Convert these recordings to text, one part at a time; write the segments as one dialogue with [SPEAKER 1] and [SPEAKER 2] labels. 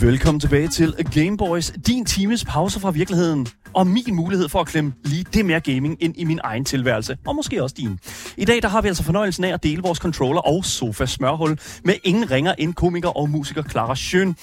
[SPEAKER 1] Velkommen tilbage til Game Boys, din times pause fra virkeligheden og min mulighed for at klemme lige det mere gaming ind i min egen tilværelse, og måske også din. I dag der har vi altså fornøjelsen af at dele vores controller og sofa smørhul med ingen ringer end komiker og musiker Clara Schøn.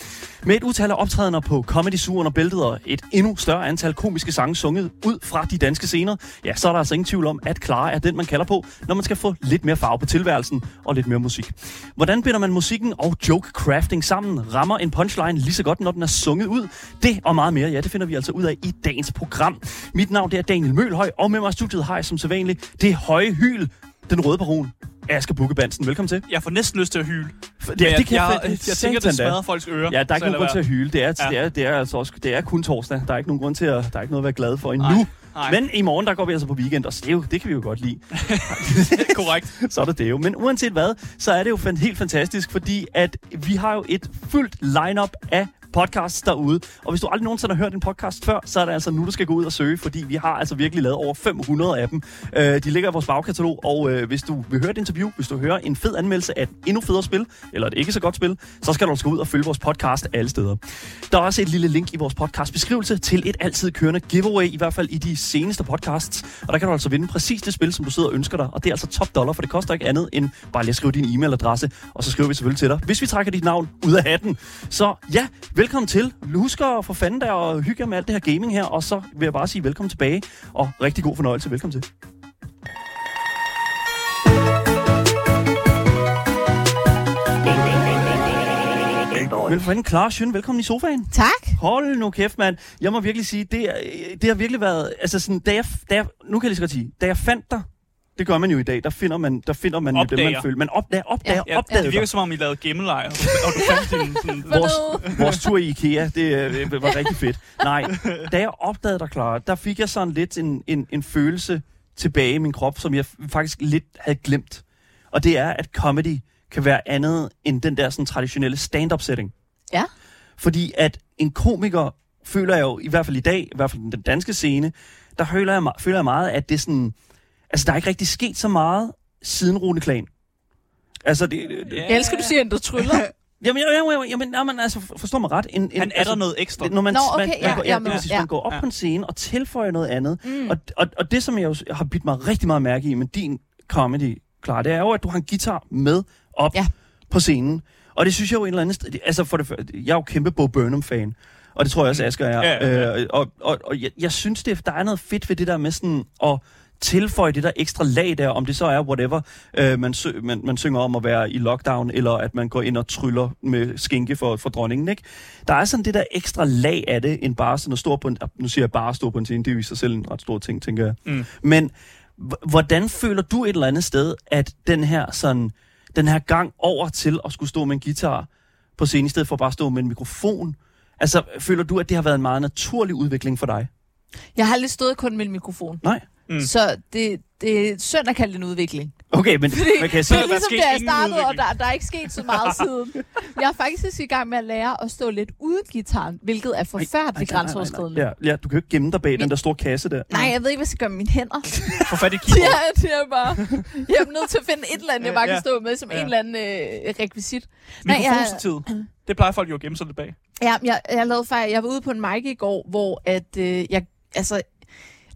[SPEAKER 1] Med et utal af optrædener på Comedy Zoo under bæltet og et endnu større antal komiske sange sunget ud fra de danske scener, ja, så er der altså ingen tvivl om, at Clara er den, man kalder på, når man skal få lidt mere farve på tilværelsen og lidt mere musik. Hvordan binder man musikken og joke crafting sammen? Rammer en punchline lige så godt, når den er sunget ud? Det og meget mere, ja, det finder vi altså ud af i dagens program. Mit navn det er Daniel Mølhøj, og med mig i studiet har jeg som sædvanligt det høje hyl, den røde baron, Asger Bukkebansen. Velkommen til.
[SPEAKER 2] Jeg får næsten lyst til at hyle.
[SPEAKER 1] Ja,
[SPEAKER 2] Men jeg, jeg,
[SPEAKER 1] fandme-
[SPEAKER 2] jeg, jeg tænker,
[SPEAKER 1] satan
[SPEAKER 2] det
[SPEAKER 1] da.
[SPEAKER 2] smadrer folks ører.
[SPEAKER 1] Ja, der er ikke nogen grund til at hyle. Det er, ja.
[SPEAKER 2] Ja.
[SPEAKER 1] det, er, det, er altså også, det er kun torsdag. Der er ikke nogen grund til at, der er ikke noget at være glad for endnu.
[SPEAKER 2] Nej, nej.
[SPEAKER 1] Men i morgen, der går vi altså på weekend, og det, er jo, det kan vi jo godt lide.
[SPEAKER 2] at... Korrekt.
[SPEAKER 1] Så er det det jo. Men uanset hvad, så er det jo fan- helt fantastisk, fordi at vi har jo et fyldt lineup af podcasts derude. Og hvis du aldrig nogensinde har hørt en podcast før, så er det altså nu, du skal gå ud og søge, fordi vi har altså virkelig lavet over 500 af dem. Øh, de ligger i vores bagkatalog, og øh, hvis du vil høre et interview, hvis du hører en fed anmeldelse af et endnu federe spil, eller et ikke så godt spil, så skal du altså gå ud og følge vores podcast alle steder. Der er også et lille link i vores podcast beskrivelse til et altid kørende giveaway, i hvert fald i de seneste podcasts. Og der kan du altså vinde præcis det spil, som du sidder og ønsker dig. Og det er altså top dollar, for det koster ikke andet end bare lige at skrive din e-mailadresse, og så skriver vi selvfølgelig til dig, hvis vi trækker dit navn ud af hatten. Så ja, velkommen til. Husk at for fanden der og hygge jer med alt det her gaming her, og så vil jeg bare sige velkommen tilbage, og rigtig god fornøjelse. Velkommen til. Vel for klar, Sjøen. Velkommen i sofaen.
[SPEAKER 3] Tak.
[SPEAKER 1] Hold nu kæft, mand. Jeg må virkelig sige, det, er- det har virkelig været... Altså sådan, da jeg, da jeg, nu kan jeg lige så godt sige, da jeg fandt dig, det gør man jo i dag, der finder man, der finder man jo det, man
[SPEAKER 2] Opdager.
[SPEAKER 1] føler. Man opdager, opdager, ja,
[SPEAKER 2] Ja,
[SPEAKER 1] opdager.
[SPEAKER 2] det virker som om, I lavede gemmeleje, og du fandt din... Sådan,
[SPEAKER 1] vores, vores tur i IKEA, det øh, var rigtig fedt. Nej, da jeg opdagede dig, Clara, der fik jeg sådan lidt en, en, en følelse tilbage i min krop, som jeg f- faktisk lidt havde glemt. Og det er, at comedy kan være andet end den der sådan, traditionelle stand-up-setting.
[SPEAKER 3] Ja.
[SPEAKER 1] Fordi at en komiker føler jeg jo, i hvert fald i dag, i hvert fald den danske scene, der føler jeg, me- føler jeg meget, at det er sådan... Altså, der er ikke rigtig sket så meget siden Rune Klan. Altså, det, det,
[SPEAKER 3] Jeg elsker, du siger, at du tryller.
[SPEAKER 1] Jamen, jo, jo, jo, jamen, nej, men altså, forstå mig ret. En, en,
[SPEAKER 2] han er
[SPEAKER 1] altså,
[SPEAKER 2] der noget ekstra.
[SPEAKER 1] det- Når man,
[SPEAKER 3] Nå, okay,
[SPEAKER 1] man, man,
[SPEAKER 3] ja,
[SPEAKER 1] går, ja,
[SPEAKER 3] ja,
[SPEAKER 1] det
[SPEAKER 3] men-
[SPEAKER 1] vil sige,
[SPEAKER 3] ja.
[SPEAKER 1] man går op
[SPEAKER 2] Ja.
[SPEAKER 1] på en scene og tilføjer noget andet.
[SPEAKER 3] Mm.
[SPEAKER 1] Og, og, og det, som jeg jo s- har bidt mig rigtig meget mærke i med din comedy, klar, det er jo, at du har en guitar med op ja.
[SPEAKER 3] Ja.
[SPEAKER 1] på scenen. Og det synes jeg jo en eller anden sted... Altså, for det, første, jeg er jo kæmpe Bo Burnham-fan. Og det tror jeg også, Asger er.
[SPEAKER 2] Mm. Ja, ja,
[SPEAKER 1] Øh, og og, og jeg, jeg synes, det, der er noget fedt ved det der med sådan at tilføje det der ekstra lag der, om det så er whatever, øh, man, sø, man, man synger om at være i lockdown, eller at man går ind og tryller med skinke for, for dronningen, ikke? Der er sådan det der ekstra lag af det, end bare sådan at stå på en... Nu siger jeg bare at stå på en scene, det er jo i sig selv en ret stor ting, tænker jeg.
[SPEAKER 2] Mm.
[SPEAKER 1] Men h- hvordan føler du et eller andet sted, at den her sådan den her gang over til at skulle stå med en guitar på scenen, i stedet for bare at stå med en mikrofon, altså føler du, at det har været en meget naturlig udvikling for dig?
[SPEAKER 3] Jeg har aldrig stået kun med en mikrofon.
[SPEAKER 1] Nej.
[SPEAKER 2] Mm.
[SPEAKER 3] Mm. Så det, det er synd at kalde det en udvikling.
[SPEAKER 1] Okay, men hvad kan jeg
[SPEAKER 3] Det
[SPEAKER 1] sige?
[SPEAKER 3] er
[SPEAKER 2] der
[SPEAKER 3] ligesom,
[SPEAKER 2] sket
[SPEAKER 3] da jeg
[SPEAKER 2] ingen
[SPEAKER 3] startede, og
[SPEAKER 2] udvikling.
[SPEAKER 3] der, der er ikke sket så meget siden. Jeg er faktisk i gang med at lære at stå lidt uden gitaren, hvilket er forfærdeligt grænseoverskridende.
[SPEAKER 1] Ja, ja, du kan jo ikke gemme dig bag den
[SPEAKER 3] Min-
[SPEAKER 1] der store kasse der.
[SPEAKER 3] Nej, jeg ved ikke, hvad jeg skal gøre med mine hænder.
[SPEAKER 2] Få fat i
[SPEAKER 3] Det
[SPEAKER 2] keyboard.
[SPEAKER 3] er, det er bare... Jeg er nødt til at finde et eller andet, jeg bare
[SPEAKER 2] Ja.
[SPEAKER 3] kan stå med som
[SPEAKER 2] Ja.
[SPEAKER 3] en eller anden øh, rekvisit. Nej, jeg-
[SPEAKER 2] Mikrofonstid. Det plejer folk jo at gemme sig lidt bag.
[SPEAKER 3] Ja, men jeg, jeg lavede fejl. Jeg var ude på en mic i går, hvor at, øh, jeg, altså,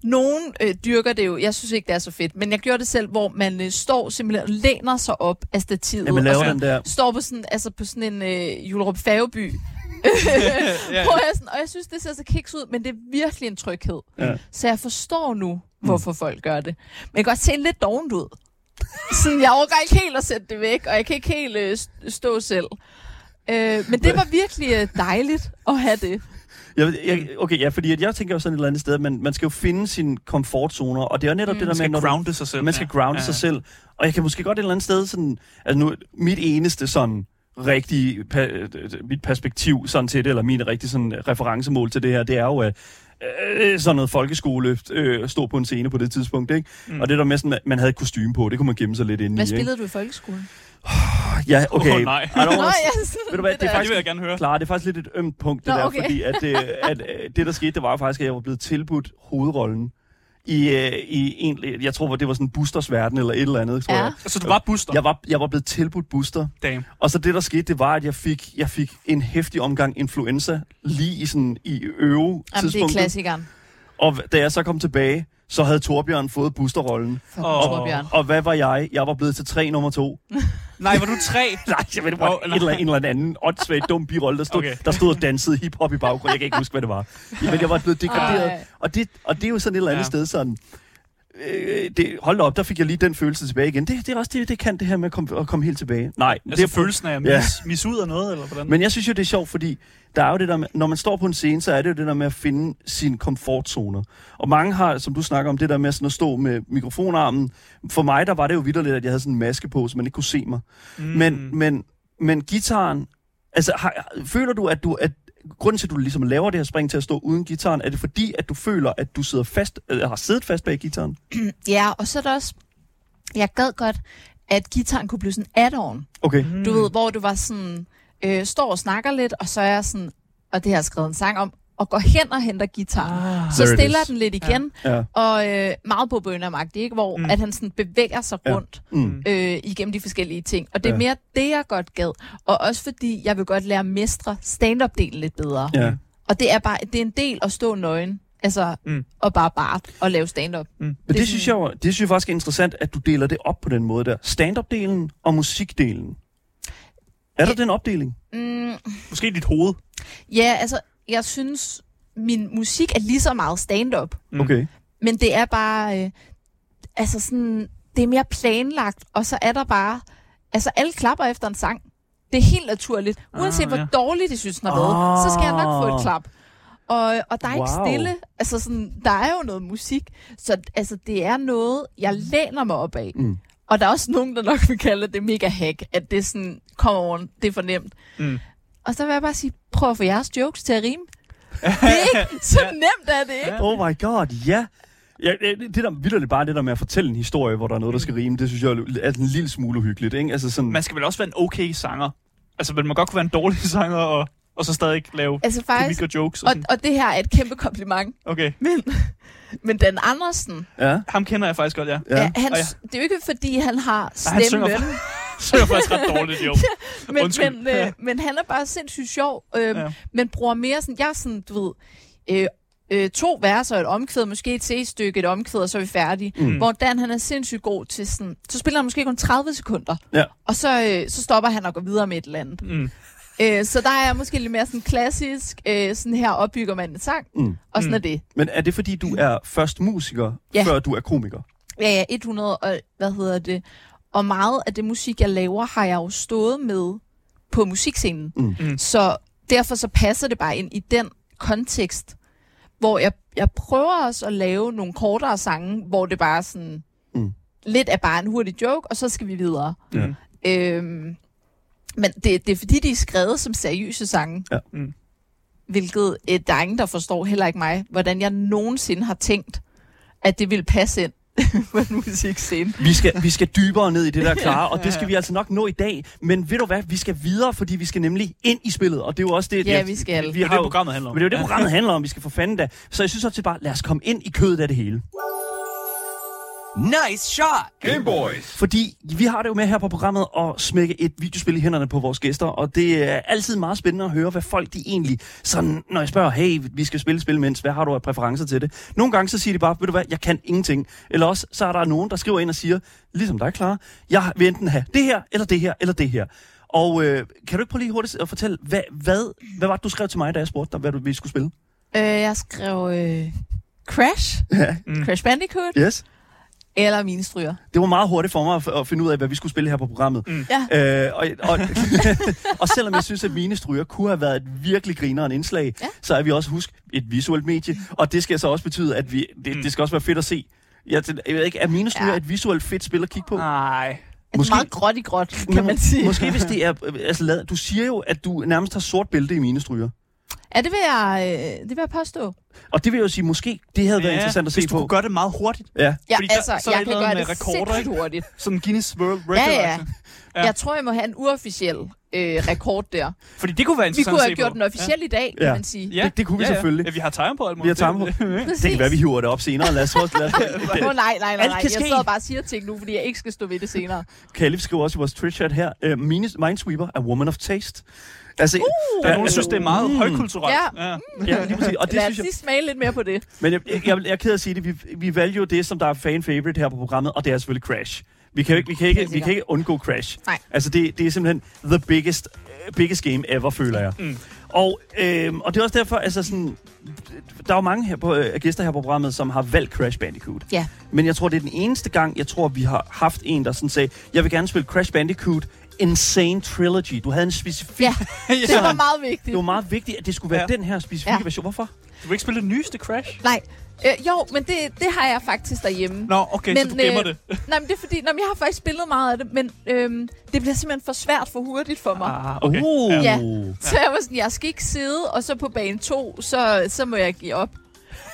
[SPEAKER 3] nogen øh, dyrker det jo. Jeg synes ikke, det er så fedt. Men jeg gjorde det selv, hvor man øh, står simpelthen og læner sig op af stativet.
[SPEAKER 1] Ja, man
[SPEAKER 3] og
[SPEAKER 1] laver
[SPEAKER 3] sådan,
[SPEAKER 1] den der...
[SPEAKER 3] står på sådan, altså på sådan en øh, Julerup Færgeby.
[SPEAKER 2] ja.
[SPEAKER 3] Hvor jeg sådan, og jeg synes, det ser så kiks ud, men det er virkelig en tryghed.
[SPEAKER 1] Ja.
[SPEAKER 3] Så jeg forstår nu, hvorfor folk gør det. Men jeg kan godt se lidt dovent ud. Sådan, jeg overgår ikke helt at sætte det væk, og jeg kan ikke helt øh, st- stå selv. Øh, men det var virkelig øh, dejligt at have det.
[SPEAKER 1] Jeg, jeg, okay, ja, fordi at jeg tænker jo sådan et eller andet sted, at man, man skal jo finde sine komfortzoner, og det er jo netop mm. det der
[SPEAKER 2] Man
[SPEAKER 1] med,
[SPEAKER 2] skal
[SPEAKER 1] når du
[SPEAKER 2] grounde sig selv.
[SPEAKER 1] Man skal grounde ja. sig selv. Og jeg kan måske godt et eller andet sted sådan... Altså nu, mit eneste sådan rigtige... Pa, øh, mit perspektiv sådan til det, eller min rigtige sådan referencemål til det her, det er jo at øh, sådan noget folkeskole øh, stå på en scene på det tidspunkt, ikke? Mm. Og det der med sådan, at man havde et kostume på, det kunne man gemme sig lidt inde
[SPEAKER 3] Hvad
[SPEAKER 1] i, ikke?
[SPEAKER 3] spillede du i folkeskolen?
[SPEAKER 1] Ja, okay.
[SPEAKER 2] Åh, nej.
[SPEAKER 1] I don't wanna-
[SPEAKER 3] ja, sådan
[SPEAKER 1] Ved du hvad, det er
[SPEAKER 2] Ja,
[SPEAKER 1] faktisk
[SPEAKER 2] det vil jeg gerne høre.
[SPEAKER 1] Klar, det er faktisk lidt et ømt punkt, det
[SPEAKER 3] Nå,
[SPEAKER 1] der,
[SPEAKER 3] okay.
[SPEAKER 1] øh, fordi at det, at øh, det, der skete, det var jo faktisk, at jeg var blevet tilbudt hovedrollen i, øh, i en, jeg tror, det var sådan Busters verden eller et eller andet, tror
[SPEAKER 3] Ja.
[SPEAKER 1] jeg.
[SPEAKER 2] Altså, du var booster.
[SPEAKER 1] Jeg var, jeg var blevet tilbudt Buster,
[SPEAKER 2] Damn.
[SPEAKER 1] og så det, der skete, det var, at jeg fik, jeg fik en hæftig omgang influenza lige i, sådan, i øve
[SPEAKER 3] Jamen, det er
[SPEAKER 1] tidspunktet.
[SPEAKER 3] klassikeren
[SPEAKER 1] Og da jeg så kom tilbage, så havde Torbjørn fået Buster-rollen.
[SPEAKER 3] for
[SPEAKER 2] Åh.
[SPEAKER 3] oh. Torbjørn.
[SPEAKER 1] Og hvad var jeg? Jeg var blevet til tre nummer to.
[SPEAKER 2] Nej, var du tre?
[SPEAKER 1] Nej, jeg ved det var
[SPEAKER 2] Nå,
[SPEAKER 1] en eller, en eller anden åndssvagt dum birolle, der stod, okay.
[SPEAKER 2] Okay.
[SPEAKER 1] der stod og dansede hiphop i baggrunden. Jeg kan ikke huske, hvad det var. Men jeg var blevet degraderet.
[SPEAKER 3] Ej.
[SPEAKER 1] Og det, og det er jo sådan et eller andet ja. sted
[SPEAKER 2] Ja.
[SPEAKER 1] sådan... Øh, det, hold da op, der fik jeg lige den følelse tilbage igen. Det, det er også det, det kan det her med at komme, at komme helt tilbage. Nej,
[SPEAKER 2] Altså,
[SPEAKER 1] det er
[SPEAKER 2] følelsen af at mis,
[SPEAKER 1] Ja.
[SPEAKER 2] mis ud af noget, eller hvordan?
[SPEAKER 1] Mm. Men jeg synes jo, det er sjovt, fordi der er jo det der med, når man står på en scene, så er det jo det der med at finde sin komfortzone. Og mange har, som du snakker om, det der med sådan at stå med mikrofonarmen. For mig, der var det jo vidderligt, at jeg havde sådan en maske på, så man ikke kunne se mig. Mm. Men, men, men gitaren, altså har, føler du, at du... At, Grunden til, at du ligesom laver det her spring til at stå uden gitaren, er det fordi, at du føler, at du sidder fast, eller har siddet fast bag gitaren?
[SPEAKER 3] Ja, og så er der også... Jeg gad godt, at gitaren kunne blive sådan add-on.
[SPEAKER 1] Okay.
[SPEAKER 3] Du ved, hvor du var sådan... Øh, står og snakker lidt, og så er jeg sådan... Og det har jeg skrevet en sang om. Og går hen og henter gitaren. Ah, så
[SPEAKER 1] There it
[SPEAKER 3] stiller
[SPEAKER 1] is.
[SPEAKER 3] den lidt igen.
[SPEAKER 1] Ja.
[SPEAKER 3] Og øh, meget på bøndermagt, ikke? Hvor mm. at han sådan bevæger sig
[SPEAKER 1] Ja.
[SPEAKER 3] rundt.
[SPEAKER 1] Mm.
[SPEAKER 3] øh, igennem de forskellige ting. Og det er
[SPEAKER 1] Ja.
[SPEAKER 3] mere det, jeg godt gad. Og også fordi, jeg vil godt lære at mestre stand-up-delen lidt bedre.
[SPEAKER 1] Ja.
[SPEAKER 3] Og det er bare det er en del at stå nøgen. Altså, mm.
[SPEAKER 2] Mm.
[SPEAKER 3] og bare bare og lave stand-up.
[SPEAKER 1] Men
[SPEAKER 3] Det er
[SPEAKER 1] det, det, synes jeg, jo- det synes jeg faktisk er interessant, at du deler det op på den måde der. Stand-up-delen og musikdelen. Er der den opdeling?
[SPEAKER 3] Mm,
[SPEAKER 2] Måske i dit hoved.
[SPEAKER 3] ja, altså, jeg synes, min musik er lige så meget stand-up.
[SPEAKER 2] Mm.
[SPEAKER 1] Okay.
[SPEAKER 3] Men det er bare, øh, altså sådan, det er mere planlagt. Og så er der bare, altså alle klapper efter en sang. Det er helt naturligt. Uanset ah,
[SPEAKER 2] Ah,
[SPEAKER 3] hvor
[SPEAKER 2] ja.
[SPEAKER 3] dårligt de synes, den har været, så skal jeg nok få
[SPEAKER 1] Ah.
[SPEAKER 3] et klap. Og, og der er wow.
[SPEAKER 1] Wow.
[SPEAKER 3] ikke stille. Altså sådan, der er jo noget musik. Så altså, det er noget, jeg læner mig op af.
[SPEAKER 1] Mm.
[SPEAKER 3] Og der er også nogen, der nok vil kalde det mega hack. At det er sådan, come on, det er for nemt.
[SPEAKER 2] Mm.
[SPEAKER 3] Og så vil jeg bare sige, prøv at få jeres jokes til at rime. Det er ikke, så nemt er det ikke.
[SPEAKER 1] Oh my god, ja. Ja, det det der vildt bare det der med at fortælle en historie, hvor der er noget, der skal rime, det synes jeg er en lille smule uhyggeligt, ikke? Altså sådan,
[SPEAKER 2] Man skal vel også være en okay sanger. Altså, men man godt kunne være en dårlig sanger, og, og så stadig lave
[SPEAKER 3] Altså faktisk,
[SPEAKER 2] komik og jokes. Og,
[SPEAKER 3] Og,
[SPEAKER 2] sådan.
[SPEAKER 3] og det her er et kæmpe kompliment.
[SPEAKER 2] Okay,
[SPEAKER 3] Men, men Dan Andersen,
[SPEAKER 1] ja,
[SPEAKER 2] ham kender jeg faktisk godt, ja.
[SPEAKER 1] ja.
[SPEAKER 3] ja. han,
[SPEAKER 2] Og
[SPEAKER 3] det er jo ikke fordi, han har
[SPEAKER 2] Nej, han synger,
[SPEAKER 3] stemmen,
[SPEAKER 2] synger faktisk ret dårligt, jo.
[SPEAKER 3] men,
[SPEAKER 2] Undskyld.
[SPEAKER 3] men, øh, men han er bare sindssygt sjov, øh, ja.
[SPEAKER 2] Ja.
[SPEAKER 3] men bruger mere sådan, jeg er sådan, du ved, øh, øh, to verser, et omkvæd, måske et C-stykke, et omkvæd, og så er vi færdige. Mm. Hvor Dan, han er sindssygt god til sådan, så spiller han måske kun 30 sekunder,
[SPEAKER 1] Ja.
[SPEAKER 3] og så, øh, så stopper han og går videre med et eller andet.
[SPEAKER 2] Mm.
[SPEAKER 3] Øh, så der er måske lidt mere sådan klassisk, øh, sådan her opbygger man en sang,
[SPEAKER 1] Mm.
[SPEAKER 3] og sådan
[SPEAKER 2] Mm.
[SPEAKER 3] er det.
[SPEAKER 1] Men er det fordi, du er først musiker,
[SPEAKER 3] Ja.
[SPEAKER 1] før du er komiker?
[SPEAKER 3] Ja, ja, 100, og hvad hedder det? Og meget af det musik, jeg laver, har jeg jo stået med på musikscenen.
[SPEAKER 1] Mm.
[SPEAKER 2] Mm.
[SPEAKER 3] Så derfor så passer det bare ind i den kontekst, hvor jeg, jeg prøver også at lave nogle kortere sange, hvor det bare er sådan,
[SPEAKER 1] Mm.
[SPEAKER 3] mm. lidt er bare en hurtig joke, og så skal vi videre.
[SPEAKER 1] Ja.
[SPEAKER 3] Øhm, men det, det er fordi, de er skrevet som seriøse sange.
[SPEAKER 1] Ja.
[SPEAKER 2] Mm.
[SPEAKER 3] Hvilket øh, der er ingen, der forstår, heller ikke mig, hvordan jeg nogensinde har tænkt, at det ville passe ind på en musikscene.
[SPEAKER 1] Vi skal, vi skal dybere ned i det der klare, og det skal vi altså nok nå i dag. Men ved du hvad, vi skal videre, fordi vi skal nemlig ind i spillet, og det er jo også det,
[SPEAKER 3] Ja,
[SPEAKER 1] det-
[SPEAKER 3] vi skal.
[SPEAKER 1] Vi
[SPEAKER 2] Det er
[SPEAKER 1] har
[SPEAKER 2] det,
[SPEAKER 1] jo,
[SPEAKER 2] programmet handler om.
[SPEAKER 1] Men det er jo det, programmet handler om. Vi skal for fanden da. Så jeg synes også, det er bare, lad os komme ind i kødet af det hele.
[SPEAKER 4] Nice shot! Game Boys!
[SPEAKER 1] Fordi vi har det jo med her på programmet at smække et videospil i hænderne på vores gæster, og det er altid meget spændende at høre, hvad folk de egentlig, sådan, når jeg spørger, hey, vi skal spille et spil, mens hvad har du af præferencer til det? Nogle gange så siger de bare, ved du hvad, jeg kan ingenting. Eller også, så er der nogen, der skriver ind og siger, ligesom dig, klar, jeg vil enten have det her, eller det her, eller det her. Og øh, kan du ikke prøve lige hurtigt at fortælle, hvad, hvad, hvad var det, du skrev til mig, da jeg spurgte dig, hvad du, vi skulle spille?
[SPEAKER 3] Øh, jeg skrev øh, Crash,
[SPEAKER 1] Ja.
[SPEAKER 3] mm. Crash Bandicoot,
[SPEAKER 1] Yes.
[SPEAKER 3] eller Mine Stryger.
[SPEAKER 1] Det var meget hurtigt for mig at, f- at finde ud af, hvad vi skulle spille her på programmet. Mm. Øh, og, og, og selvom jeg synes, at mine stryger kunne have været et virkelig grineren indslag, ja.
[SPEAKER 3] Ja.
[SPEAKER 1] så er vi også, husk, et visuelt medie. Og det skal så også betyde, at vi,
[SPEAKER 2] Mm.
[SPEAKER 1] det, det skal også være fedt at se. Jeg, tænker- jeg ved ikke, er mine stryger ja.
[SPEAKER 3] Ja.
[SPEAKER 1] et visuelt fedt spil at kigge på?
[SPEAKER 2] Nej.
[SPEAKER 3] Måske...
[SPEAKER 1] Måske-
[SPEAKER 3] altså Meget gråt i gråt, kan man sige.
[SPEAKER 1] Måske hvis det er... øh, Altså, lad, du siger jo, at du nærmest har sort bælte i mine stryger.
[SPEAKER 3] Ja, det vil jeg, øh, det vil jeg påstå.
[SPEAKER 1] Og det vil jeg jo sige, måske det havde ja, været
[SPEAKER 2] Ja,
[SPEAKER 1] interessant at se
[SPEAKER 2] hvis du
[SPEAKER 1] på.
[SPEAKER 2] kunne gøre det meget hurtigt.
[SPEAKER 1] Ja.
[SPEAKER 3] Ja,
[SPEAKER 2] Fordi der- så er der
[SPEAKER 3] altså, jeg
[SPEAKER 2] et
[SPEAKER 3] kan
[SPEAKER 2] eller
[SPEAKER 3] gøre
[SPEAKER 2] andet
[SPEAKER 3] det
[SPEAKER 2] med rekorder,
[SPEAKER 3] sindssygt
[SPEAKER 2] ikke?
[SPEAKER 3] hurtigt.
[SPEAKER 2] Sådan Guinness World
[SPEAKER 3] Ja,
[SPEAKER 2] Record.
[SPEAKER 3] ja.
[SPEAKER 2] altså.
[SPEAKER 3] ja.
[SPEAKER 2] Ja.
[SPEAKER 3] Jeg tror, jeg må have en uofficiel øh, rekord der.
[SPEAKER 2] Fordi det kunne være
[SPEAKER 3] Vi
[SPEAKER 2] interessant
[SPEAKER 3] kunne
[SPEAKER 2] at
[SPEAKER 3] have
[SPEAKER 2] se
[SPEAKER 3] gjort
[SPEAKER 2] på.
[SPEAKER 3] den officiel i dag,
[SPEAKER 1] Ja.
[SPEAKER 3] kan man sige.
[SPEAKER 1] Det- det kunne vi selvfølgelig.
[SPEAKER 2] Ja, vi har timer på alt
[SPEAKER 1] Vi har
[SPEAKER 2] muligt.
[SPEAKER 1] timer på. Det kan være, vi hiver det op senere. Lad os, lad os, lad os,
[SPEAKER 3] Åh, oh, nej, nej, nej.
[SPEAKER 1] Alt
[SPEAKER 3] nej.
[SPEAKER 1] kan
[SPEAKER 3] Jeg
[SPEAKER 1] ske.
[SPEAKER 3] sidder og bare og siger ting nu, fordi jeg ikke skal stå ved det senere.
[SPEAKER 1] Caleb skriver også i vores Twitch-chat her, uh, Minesweeper er woman of taste. Altså, Mm. uh,
[SPEAKER 2] Der er nogen, der synes, det er meget højkulturelt.
[SPEAKER 3] Ja.
[SPEAKER 2] ja.
[SPEAKER 1] Ja, lige præcis. Og det
[SPEAKER 3] Lad os
[SPEAKER 1] synes jeg,
[SPEAKER 3] lige smage lidt mere på det.
[SPEAKER 1] men jeg, jeg, jeg, jeg er ked af at sige det, vi, vi valgte jo det, som der er fan-favorite her på programmet, og det er selvfølgelig Crash. Vi kan jo ikke, vi kan ikke,
[SPEAKER 3] Helt
[SPEAKER 1] vi kan ikke undgå Crash.
[SPEAKER 3] Nej.
[SPEAKER 1] Altså, det, det er simpelthen the biggest, øh, biggest game ever, føler jeg. Mm. Og, øh, og det er også derfor, altså sådan, der er jo mange her på, øh, gæster her på programmet, som har valgt Crash Bandicoot.
[SPEAKER 3] Ja.
[SPEAKER 1] Men jeg tror, det er den eneste gang, jeg tror, vi har haft en, der sådan sagde, jeg vil gerne spille Crash Bandicoot Insane Trilogy. Du havde en specifik...
[SPEAKER 3] Ja, det var meget vigtigt.
[SPEAKER 1] Det var meget vigtigt, at det skulle være ja.
[SPEAKER 2] Ja.
[SPEAKER 1] den her specifikke
[SPEAKER 3] Ja.
[SPEAKER 1] ja. version. Hvorfor?
[SPEAKER 2] Du vil ikke spille det nyeste Crash?
[SPEAKER 3] Nej, øh, jo, men det, det har jeg faktisk derhjemme.
[SPEAKER 2] Nå, okay, men, så du
[SPEAKER 3] øh,
[SPEAKER 2] gemmer det.
[SPEAKER 3] nej, men det er fordi, nå, men jeg har faktisk spillet meget af det, men øhm, det bliver simpelthen for svært for hurtigt for mig.
[SPEAKER 2] Ah,
[SPEAKER 1] Oh.
[SPEAKER 3] Ja. Så jeg var sådan, jeg skal ikke sidde, og så på bane 2, så, så må jeg give op.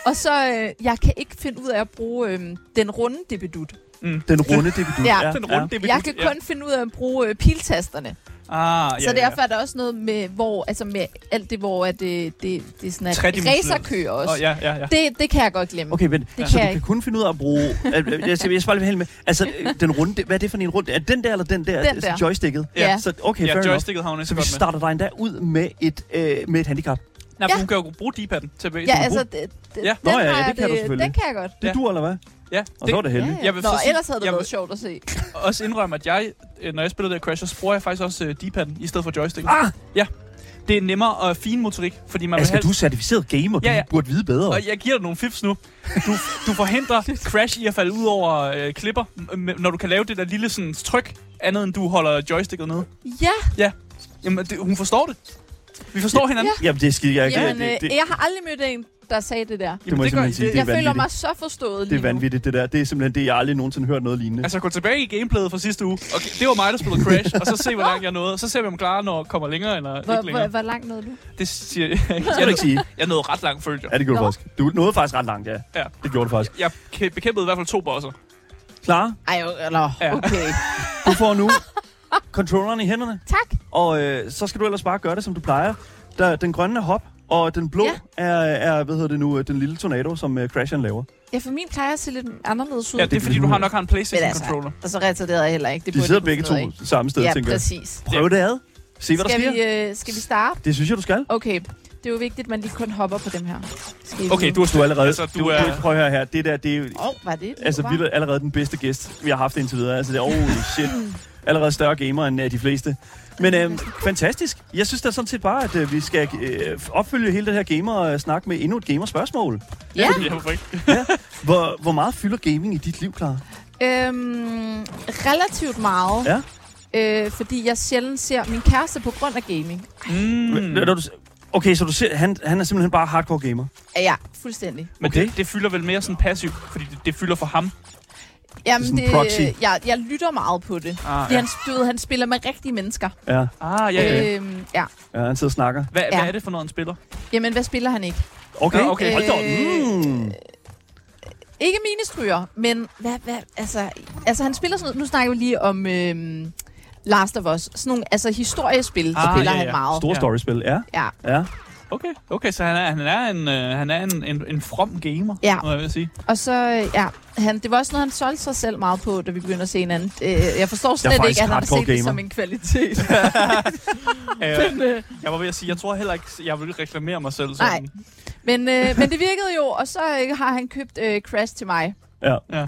[SPEAKER 3] Og så, øh, jeg kan ikke finde ud af at bruge øh, den runde debedut.
[SPEAKER 1] Den runde DVD.
[SPEAKER 3] Ja.
[SPEAKER 2] Den runde, det er
[SPEAKER 3] Jeg kan
[SPEAKER 2] bebudt,
[SPEAKER 3] kun finde ud af at bruge øh, piltasterne.
[SPEAKER 2] Ja. Ah, ja,
[SPEAKER 3] Så
[SPEAKER 2] ja, ja.
[SPEAKER 3] derfor er der også noget med, hvor, altså med alt det, hvor at, øh, det, det er sådan, at
[SPEAKER 2] Tredimensionelt.
[SPEAKER 3] racerkører også.
[SPEAKER 2] Åh,
[SPEAKER 3] Oh, ja.
[SPEAKER 2] ja, ja, ja.
[SPEAKER 3] det, det kan jeg godt glemme.
[SPEAKER 1] Okay, vent.
[SPEAKER 3] kan
[SPEAKER 1] Ja. Så du
[SPEAKER 3] jeg
[SPEAKER 1] kan
[SPEAKER 3] ikke.
[SPEAKER 1] kun finde ud af at bruge... Jeg, jeg, jeg, jeg skal bare lige være helt med. Altså, øh, den runde... Hvad er det for en runde? Er den der eller den der?
[SPEAKER 3] Den
[SPEAKER 1] Altså,
[SPEAKER 3] der.
[SPEAKER 1] Joysticket?
[SPEAKER 3] Ja.
[SPEAKER 1] Så, okay,
[SPEAKER 2] ja,
[SPEAKER 1] fair enough.
[SPEAKER 2] joysticket har hun ikke
[SPEAKER 1] Så
[SPEAKER 2] så
[SPEAKER 1] vi
[SPEAKER 2] godt med.
[SPEAKER 1] starter dig endda ud med et, øh, med et handicap.
[SPEAKER 2] Nej,
[SPEAKER 3] Ja.
[SPEAKER 2] for hun kan jo bruge D-padden til
[SPEAKER 3] ja, altså, det, det,
[SPEAKER 2] Ja.
[SPEAKER 1] Nå, ja, ja,
[SPEAKER 3] har
[SPEAKER 1] det
[SPEAKER 3] jeg
[SPEAKER 1] kan du selvfølgelig.
[SPEAKER 3] Den kan jeg godt.
[SPEAKER 1] Det er
[SPEAKER 2] Ja.
[SPEAKER 1] du, eller hvad?
[SPEAKER 2] ja,
[SPEAKER 1] Og så var det heldigt.
[SPEAKER 3] Ja, ja.
[SPEAKER 2] Jeg vil
[SPEAKER 3] Nå,
[SPEAKER 2] så sige-
[SPEAKER 3] ellers havde det
[SPEAKER 2] jeg
[SPEAKER 3] været
[SPEAKER 2] vil-
[SPEAKER 3] sjovt at se.
[SPEAKER 2] også indrømme, at jeg, øh, når jeg spiller det her Crash, så bruger jeg faktisk også øh, D-padden i stedet for joystick.
[SPEAKER 1] Ah!
[SPEAKER 2] Det er nemmere og fin motorik, fordi man
[SPEAKER 1] Altså,
[SPEAKER 2] vil
[SPEAKER 1] du er certificeret gamer.
[SPEAKER 2] Ja, ja.
[SPEAKER 1] Du burde vide bedre.
[SPEAKER 2] Og jeg giver dig nogle fifs nu. Du, du forhindrer Crash i at falde ud over øh, klipper, m- m- når du kan lave det der lille sådan, tryk, andet end du holder joysticket nede.
[SPEAKER 3] Ja,
[SPEAKER 2] Jamen, det, hun forstår det. Vi forstår hinanden.
[SPEAKER 1] Jamen, det er skide... Jeg,
[SPEAKER 3] Jamen,
[SPEAKER 1] det, det,
[SPEAKER 3] øh, jeg har aldrig mødt en, der sagde det der.
[SPEAKER 1] Det må jeg
[SPEAKER 2] Jamen, det gør-
[SPEAKER 1] simpelthen sige.
[SPEAKER 2] det-
[SPEAKER 1] Det er
[SPEAKER 3] Jeg føler
[SPEAKER 1] vanvittigt.
[SPEAKER 3] mig så forstået
[SPEAKER 1] Det er
[SPEAKER 3] lige nu.
[SPEAKER 1] vanvittigt, det der. Det er simpelthen det, jeg aldrig nogensinde hørt noget lignende.
[SPEAKER 2] Altså, gå tilbage i gameplayet fra sidste uge. Okay, det var mig, der spillede Crash, og så se, hvor langt jeg nåede. Så ser vi, om Clara når kommer længere eller
[SPEAKER 3] Hvor,
[SPEAKER 2] ikke
[SPEAKER 3] hvor,
[SPEAKER 2] længere.
[SPEAKER 3] hvor langt nåede du?
[SPEAKER 2] Det siger jeg ikke.
[SPEAKER 1] skal du ikke sige.
[SPEAKER 2] Jeg nåede ret langt, følte jeg.
[SPEAKER 1] Ja, det gjorde du
[SPEAKER 3] Nå.
[SPEAKER 1] faktisk. Du nåede faktisk ret langt, ja.
[SPEAKER 2] Ja.
[SPEAKER 1] Det gjorde du faktisk.
[SPEAKER 2] Jeg kæ- bekæmpede i hvert fald to bosser.
[SPEAKER 1] Klar,
[SPEAKER 3] Ej, eller
[SPEAKER 2] Ja.
[SPEAKER 3] okay.
[SPEAKER 1] du får nu controlleren i hænderne,
[SPEAKER 3] tak.
[SPEAKER 1] og øh, så skal du ellers bare gøre det, som du plejer. Der, den grønne er hop, og den blå
[SPEAKER 3] Ja.
[SPEAKER 1] er, er, hvad hedder det nu, øh, den lille tornado, som øh, Crashen laver.
[SPEAKER 3] Ja, for min plejer at se lidt anderledes ud.
[SPEAKER 2] Ja, det er fordi, du har nok har en
[SPEAKER 3] Men altså,
[SPEAKER 2] PlayStation-controller.
[SPEAKER 3] Og så retarderede jeg heller ikke. Det
[SPEAKER 1] De
[SPEAKER 3] burde
[SPEAKER 1] sidder
[SPEAKER 3] jeg
[SPEAKER 1] begge
[SPEAKER 3] kunne finde
[SPEAKER 1] to samme
[SPEAKER 3] ud af.
[SPEAKER 1] sted, ja,
[SPEAKER 3] Ja,
[SPEAKER 1] tænker jeg.
[SPEAKER 3] præcis.
[SPEAKER 1] Prøv det ad. Se, hvad der
[SPEAKER 3] Skal
[SPEAKER 1] sker.
[SPEAKER 3] vi, øh, skal vi starte?
[SPEAKER 1] Det synes jeg, du skal.
[SPEAKER 3] Okay, det er jo vigtigt, at man lige kun hopper på dem her. Skal I
[SPEAKER 2] Okay,
[SPEAKER 3] vide?
[SPEAKER 2] du er
[SPEAKER 1] Du er allerede...
[SPEAKER 2] Altså, du er...
[SPEAKER 1] prøv at høre her. Det der, det er jo-
[SPEAKER 3] Åh, oh, var det et liv,
[SPEAKER 1] altså,
[SPEAKER 3] hva'?
[SPEAKER 1] vi er allerede den bedste gæst, vi har haft indtil videre. Altså, det er holy shit. Allerede større gamer end øh, de fleste. Men øh, fantastisk. Jeg synes da sådan set bare, at øh, vi skal øh, opfølge hele det her gamer-snak med endnu et gamerspørgsmål.
[SPEAKER 3] Ja,
[SPEAKER 2] Ja, hvorfor ikke?
[SPEAKER 1] Hvor, hvor meget fylder gaming i dit liv, Clara?
[SPEAKER 3] øhm, relativt meget.
[SPEAKER 1] Ja.
[SPEAKER 3] Øh, fordi jeg sjældent ser min kæreste på grund af gaming.
[SPEAKER 1] Mm. Når du, okay, så du ser, han, han er simpelthen bare hardcore gamer.
[SPEAKER 3] Ja, fuldstændig.
[SPEAKER 2] Men
[SPEAKER 1] Okay.
[SPEAKER 2] det, det fylder vel mere sådan passivt, fordi det, det fylder for ham.
[SPEAKER 3] Jamen,
[SPEAKER 1] sådan en proxy.
[SPEAKER 3] jeg, jeg lytter meget på det.
[SPEAKER 2] Ah,
[SPEAKER 3] Fordi han, du ved, han spiller med rigtige mennesker.
[SPEAKER 1] Ja,
[SPEAKER 2] Ah, ja, ja.
[SPEAKER 3] Øhm, ja.
[SPEAKER 1] ja han sidder og snakker.
[SPEAKER 2] Hvad,
[SPEAKER 3] Ja.
[SPEAKER 2] hvad er det for noget, han spiller?
[SPEAKER 3] Jamen, hvad spiller han ikke?
[SPEAKER 1] Okay,
[SPEAKER 2] Nå,
[SPEAKER 1] okay.
[SPEAKER 2] okay.
[SPEAKER 1] hold da op.
[SPEAKER 3] Øh,
[SPEAKER 1] Mm.
[SPEAKER 3] Ikke mine stryger, men hvad, hvad, altså, altså, han spiller sådan noget. Nu snakker vi lige om øhm, Last of Us. Sådan nogle, altså, historiespil
[SPEAKER 2] Ah,
[SPEAKER 3] spiller
[SPEAKER 2] ja,
[SPEAKER 3] han
[SPEAKER 2] ja.
[SPEAKER 3] meget.
[SPEAKER 1] Store
[SPEAKER 2] Ja.
[SPEAKER 1] storyspil, ja.
[SPEAKER 3] Ja.
[SPEAKER 1] ja.
[SPEAKER 2] Okay, okay, så han er, han er en, øh, han er en, en, en from gamer,
[SPEAKER 3] Ja.
[SPEAKER 2] må jeg vil sige.
[SPEAKER 3] Og så, øh, ja, han, det var også noget, han solgte sig selv meget på, da vi begyndte at se hinanden. Øh, jeg forstår slet
[SPEAKER 1] faktisk
[SPEAKER 3] ikke, at han har set
[SPEAKER 1] hardcore
[SPEAKER 3] det
[SPEAKER 1] gamer.
[SPEAKER 3] som en kvalitet.
[SPEAKER 2] Øh,
[SPEAKER 3] men, øh,
[SPEAKER 2] jeg var ved at sige, jeg tror heller ikke, jeg vil reklamere mig selv
[SPEAKER 3] nej.
[SPEAKER 2] sådan.
[SPEAKER 3] Men, øh, men det virkede jo, og så øh, har han købt øh, Crash til mig.
[SPEAKER 1] Ja.
[SPEAKER 2] Ja.
[SPEAKER 3] Øh,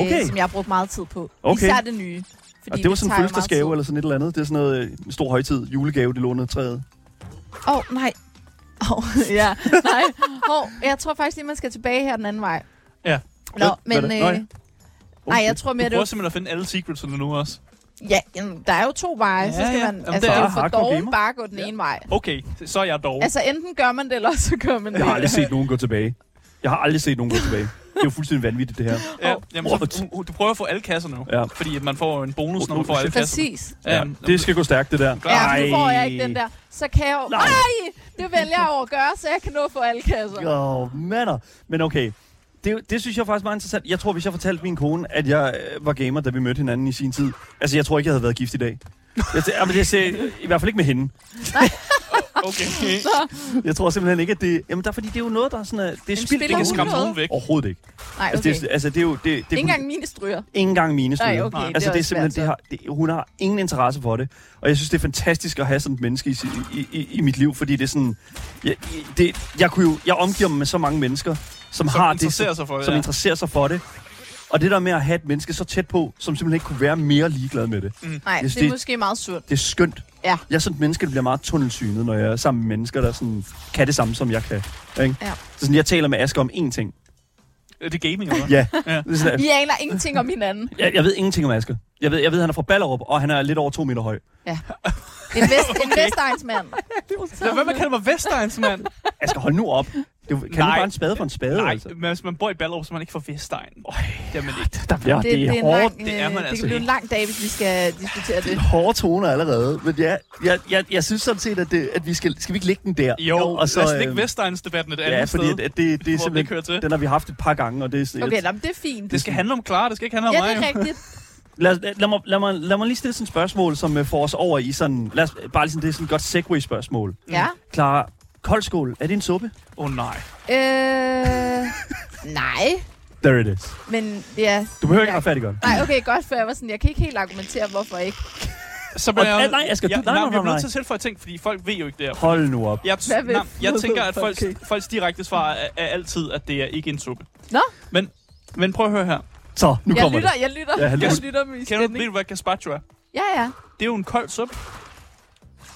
[SPEAKER 1] Okay.
[SPEAKER 3] Som jeg har brugt meget tid på.
[SPEAKER 1] Okay.
[SPEAKER 3] Især det nye. Fordi
[SPEAKER 1] Og det var sådan en
[SPEAKER 3] tager jo meget
[SPEAKER 1] fødselsdagsgave
[SPEAKER 3] tid.
[SPEAKER 1] eller sådan et eller andet. Det er sådan noget, øh, en stor højtid, julegave, det lå under træet.
[SPEAKER 3] Åh, oh, nej. Åh, oh, ja. Nej. Oh, jeg tror faktisk lige, man skal tilbage her den anden vej.
[SPEAKER 2] Ja.
[SPEAKER 3] Nå,
[SPEAKER 1] Hvad-
[SPEAKER 3] men...
[SPEAKER 1] hvad
[SPEAKER 3] Øh,
[SPEAKER 1] er det? Nå, ja.
[SPEAKER 3] Nej, jeg tror
[SPEAKER 2] Du
[SPEAKER 3] mere, det
[SPEAKER 2] prøver
[SPEAKER 3] var...
[SPEAKER 2] simpelthen at finde alle secretsene nu også.
[SPEAKER 3] Ja, jamen, der er jo to veje, ja, så
[SPEAKER 2] Ja,
[SPEAKER 3] skal
[SPEAKER 2] ja.
[SPEAKER 3] man...
[SPEAKER 2] Jamen,
[SPEAKER 3] altså,
[SPEAKER 2] det
[SPEAKER 3] det
[SPEAKER 2] er
[SPEAKER 3] er jo for
[SPEAKER 1] hardcore
[SPEAKER 3] dårligt
[SPEAKER 1] gamer.
[SPEAKER 3] bare at gå den ja. ene vej.
[SPEAKER 2] Okay, så er jeg dog.
[SPEAKER 3] Altså, enten gør man det, eller så gør man det.
[SPEAKER 1] Jeg har aldrig set nogen gå tilbage. Jeg har aldrig set nogen gå tilbage. Det er jo fuldstændig vanvittigt, det her.
[SPEAKER 2] ja,
[SPEAKER 3] åh.
[SPEAKER 2] jamen, så, du, du prøver at få alle kasser nu,
[SPEAKER 1] Ja.
[SPEAKER 2] ja. fordi at man får en bonus, når
[SPEAKER 1] Oh,
[SPEAKER 2] man får alle kasser.
[SPEAKER 3] Præcis.
[SPEAKER 1] Øhm, Ja, det skal gå stærkt, det der.
[SPEAKER 2] Ja,
[SPEAKER 3] Ja, nu får jeg ikke den der. Så kan jeg jo...
[SPEAKER 1] Nej.
[SPEAKER 3] Nej! Det vælger jeg over at gøre, så jeg kan nå at få alle kasser.
[SPEAKER 1] Åh, oh, mander. Men okay, det, det synes jeg faktisk var interessant. Jeg tror, hvis jeg fortalte min kone, at jeg øh, var gamer, da vi mødte hinanden i sin tid. Altså, jeg tror ikke, jeg havde været gift i dag. Jeg, jeg, jeg, jeg, I hvert fald ikke med hende.
[SPEAKER 2] Okay.
[SPEAKER 1] Jeg tror simpelthen ikke, at det... Jamen, der, fordi det er jo noget, der er sådan... øh, Det er
[SPEAKER 3] Jamen,
[SPEAKER 1] spildt
[SPEAKER 3] spiller
[SPEAKER 2] Det kan
[SPEAKER 3] hun
[SPEAKER 2] skræmme
[SPEAKER 3] noget?
[SPEAKER 2] nogen væk.
[SPEAKER 1] Overhovedet ikke.
[SPEAKER 3] Nej,
[SPEAKER 1] Altså,
[SPEAKER 3] okay.
[SPEAKER 1] det, er- altså, det er jo... Det, det,
[SPEAKER 3] Ikke engang mine stryger.
[SPEAKER 1] Ingen gang mine
[SPEAKER 3] Nej,
[SPEAKER 1] steder.
[SPEAKER 3] okay. Det
[SPEAKER 1] Altså,
[SPEAKER 3] er
[SPEAKER 1] det er
[SPEAKER 3] også
[SPEAKER 1] simpelthen, det
[SPEAKER 3] svært,
[SPEAKER 1] har, det, hun har ingen interesse for det. Og jeg synes, det er fantastisk at have sådan et menneske i, sin- i, i, i mit liv, fordi det er sådan... Jeg, i- det, jeg, kunne jo, jeg omgiver mig med så mange mennesker, som,
[SPEAKER 2] Som
[SPEAKER 1] har
[SPEAKER 2] interesserer
[SPEAKER 1] det,
[SPEAKER 2] sig for det,
[SPEAKER 1] som
[SPEAKER 2] ja.
[SPEAKER 1] interesserer sig for det. Og det der med at have et menneske så tæt på, som simpelthen ikke kunne være mere ligeglad med det. Mm.
[SPEAKER 3] Nej,
[SPEAKER 1] Hvis
[SPEAKER 3] det er
[SPEAKER 1] det-
[SPEAKER 3] måske meget sundt.
[SPEAKER 1] Det er skønt.
[SPEAKER 3] Ja.
[SPEAKER 1] Jeg er sådan et menneske, der bliver meget tunnelsynet, når jeg er sammen med mennesker, der sådan, kan det samme, som jeg kan. Ikke?
[SPEAKER 3] Ja.
[SPEAKER 1] Så sådan, jeg taler med Asger om én ting.
[SPEAKER 2] Er det gaming, eller hvad?
[SPEAKER 1] Ja. ja. Det er sådan, at-
[SPEAKER 3] Vi aner ingenting om hinanden.
[SPEAKER 1] jeg, jeg ved ingenting om Asger. Jeg ved, jeg ved, han er fra Ballerup, og han er lidt over to meter høj.
[SPEAKER 3] Ja. En, vest, en vestegnsmand.
[SPEAKER 2] Lad være med at kalde mig Vestegns, mand.
[SPEAKER 1] Asger, hold nu op. Du, kan Nej.
[SPEAKER 2] Nej.
[SPEAKER 1] du bare en spade for en spade?
[SPEAKER 2] Nej,
[SPEAKER 1] Altså?
[SPEAKER 2] men hvis man bor i Ballerup, så er man ikke fra Vestegn. Øj, det er man ikke.
[SPEAKER 1] Der, ja, det, det, er,
[SPEAKER 3] det, en
[SPEAKER 1] hårde,
[SPEAKER 3] lang,
[SPEAKER 2] det er man
[SPEAKER 3] øh, det
[SPEAKER 2] altså
[SPEAKER 3] kan blive en
[SPEAKER 2] ikke.
[SPEAKER 3] lang dag, hvis vi skal diskutere det.
[SPEAKER 1] hårde toner allerede. Men ja, jeg, jeg, jeg synes sådan set, at, det, at vi skal, skal vi ikke lægge den der.
[SPEAKER 2] Jo, og så, lad os lægge
[SPEAKER 1] øhm,
[SPEAKER 2] Vestegns-debatten et andet
[SPEAKER 1] Ja, fordi at,
[SPEAKER 2] sted.
[SPEAKER 1] at det, det er
[SPEAKER 2] Hvor den ikke hører
[SPEAKER 1] simpelthen,
[SPEAKER 2] til.
[SPEAKER 1] den har vi haft et par gange, og det er...
[SPEAKER 3] Okay, nå, men det er fint.
[SPEAKER 2] Det skal handle om Clara, det skal ikke handle om
[SPEAKER 3] ja,
[SPEAKER 2] mig.
[SPEAKER 3] det er
[SPEAKER 2] jo.
[SPEAKER 3] rigtigt.
[SPEAKER 1] Lad, os- lad, lad, mig, lad, mig, lad mig lige stille sådan et spørgsmål, som øh, får os over i sådan... Lad os, bare lige sådan, det er sådan et godt segway-spørgsmål.
[SPEAKER 3] Ja.
[SPEAKER 1] Clara, koldskål, er det en suppe?
[SPEAKER 2] Åh oh, nej.
[SPEAKER 3] Øh, nej,
[SPEAKER 1] There it is.
[SPEAKER 3] men ja.
[SPEAKER 1] Du behøver ikke
[SPEAKER 3] Ja.
[SPEAKER 1] at færdiggøre den.
[SPEAKER 3] Nej, okay, godt, for jeg var sådan, jeg kan ikke helt argumentere, hvorfor ikke.
[SPEAKER 2] Så bliver
[SPEAKER 1] Og- nej, Asger, du-
[SPEAKER 2] jeg,
[SPEAKER 1] nej, nej,
[SPEAKER 2] jeg bliver
[SPEAKER 1] nej,
[SPEAKER 2] nødt
[SPEAKER 1] nej.
[SPEAKER 2] til at tilføje ting, fordi folk ved jo ikke det her.
[SPEAKER 1] Hold nu op.
[SPEAKER 2] Jeg,
[SPEAKER 3] Hvad vil
[SPEAKER 2] nej, jeg
[SPEAKER 3] folk-
[SPEAKER 2] tænker, at folks,
[SPEAKER 3] ikke?
[SPEAKER 2] folks direkte svar er, er altid, at det er ikke en suppe.
[SPEAKER 3] Nå.
[SPEAKER 2] Men, men prøv at høre her.
[SPEAKER 1] Så, nu
[SPEAKER 3] Jeg
[SPEAKER 1] kommer
[SPEAKER 3] lytter,
[SPEAKER 1] det.
[SPEAKER 3] jeg lytter,
[SPEAKER 1] Ja, han
[SPEAKER 3] jeg
[SPEAKER 1] lytter.
[SPEAKER 3] lytter med
[SPEAKER 2] Kan du, ved du,
[SPEAKER 3] spænding.
[SPEAKER 2] hvad gazpacho er?
[SPEAKER 3] Ja, ja.
[SPEAKER 2] Det er jo en kold suppe.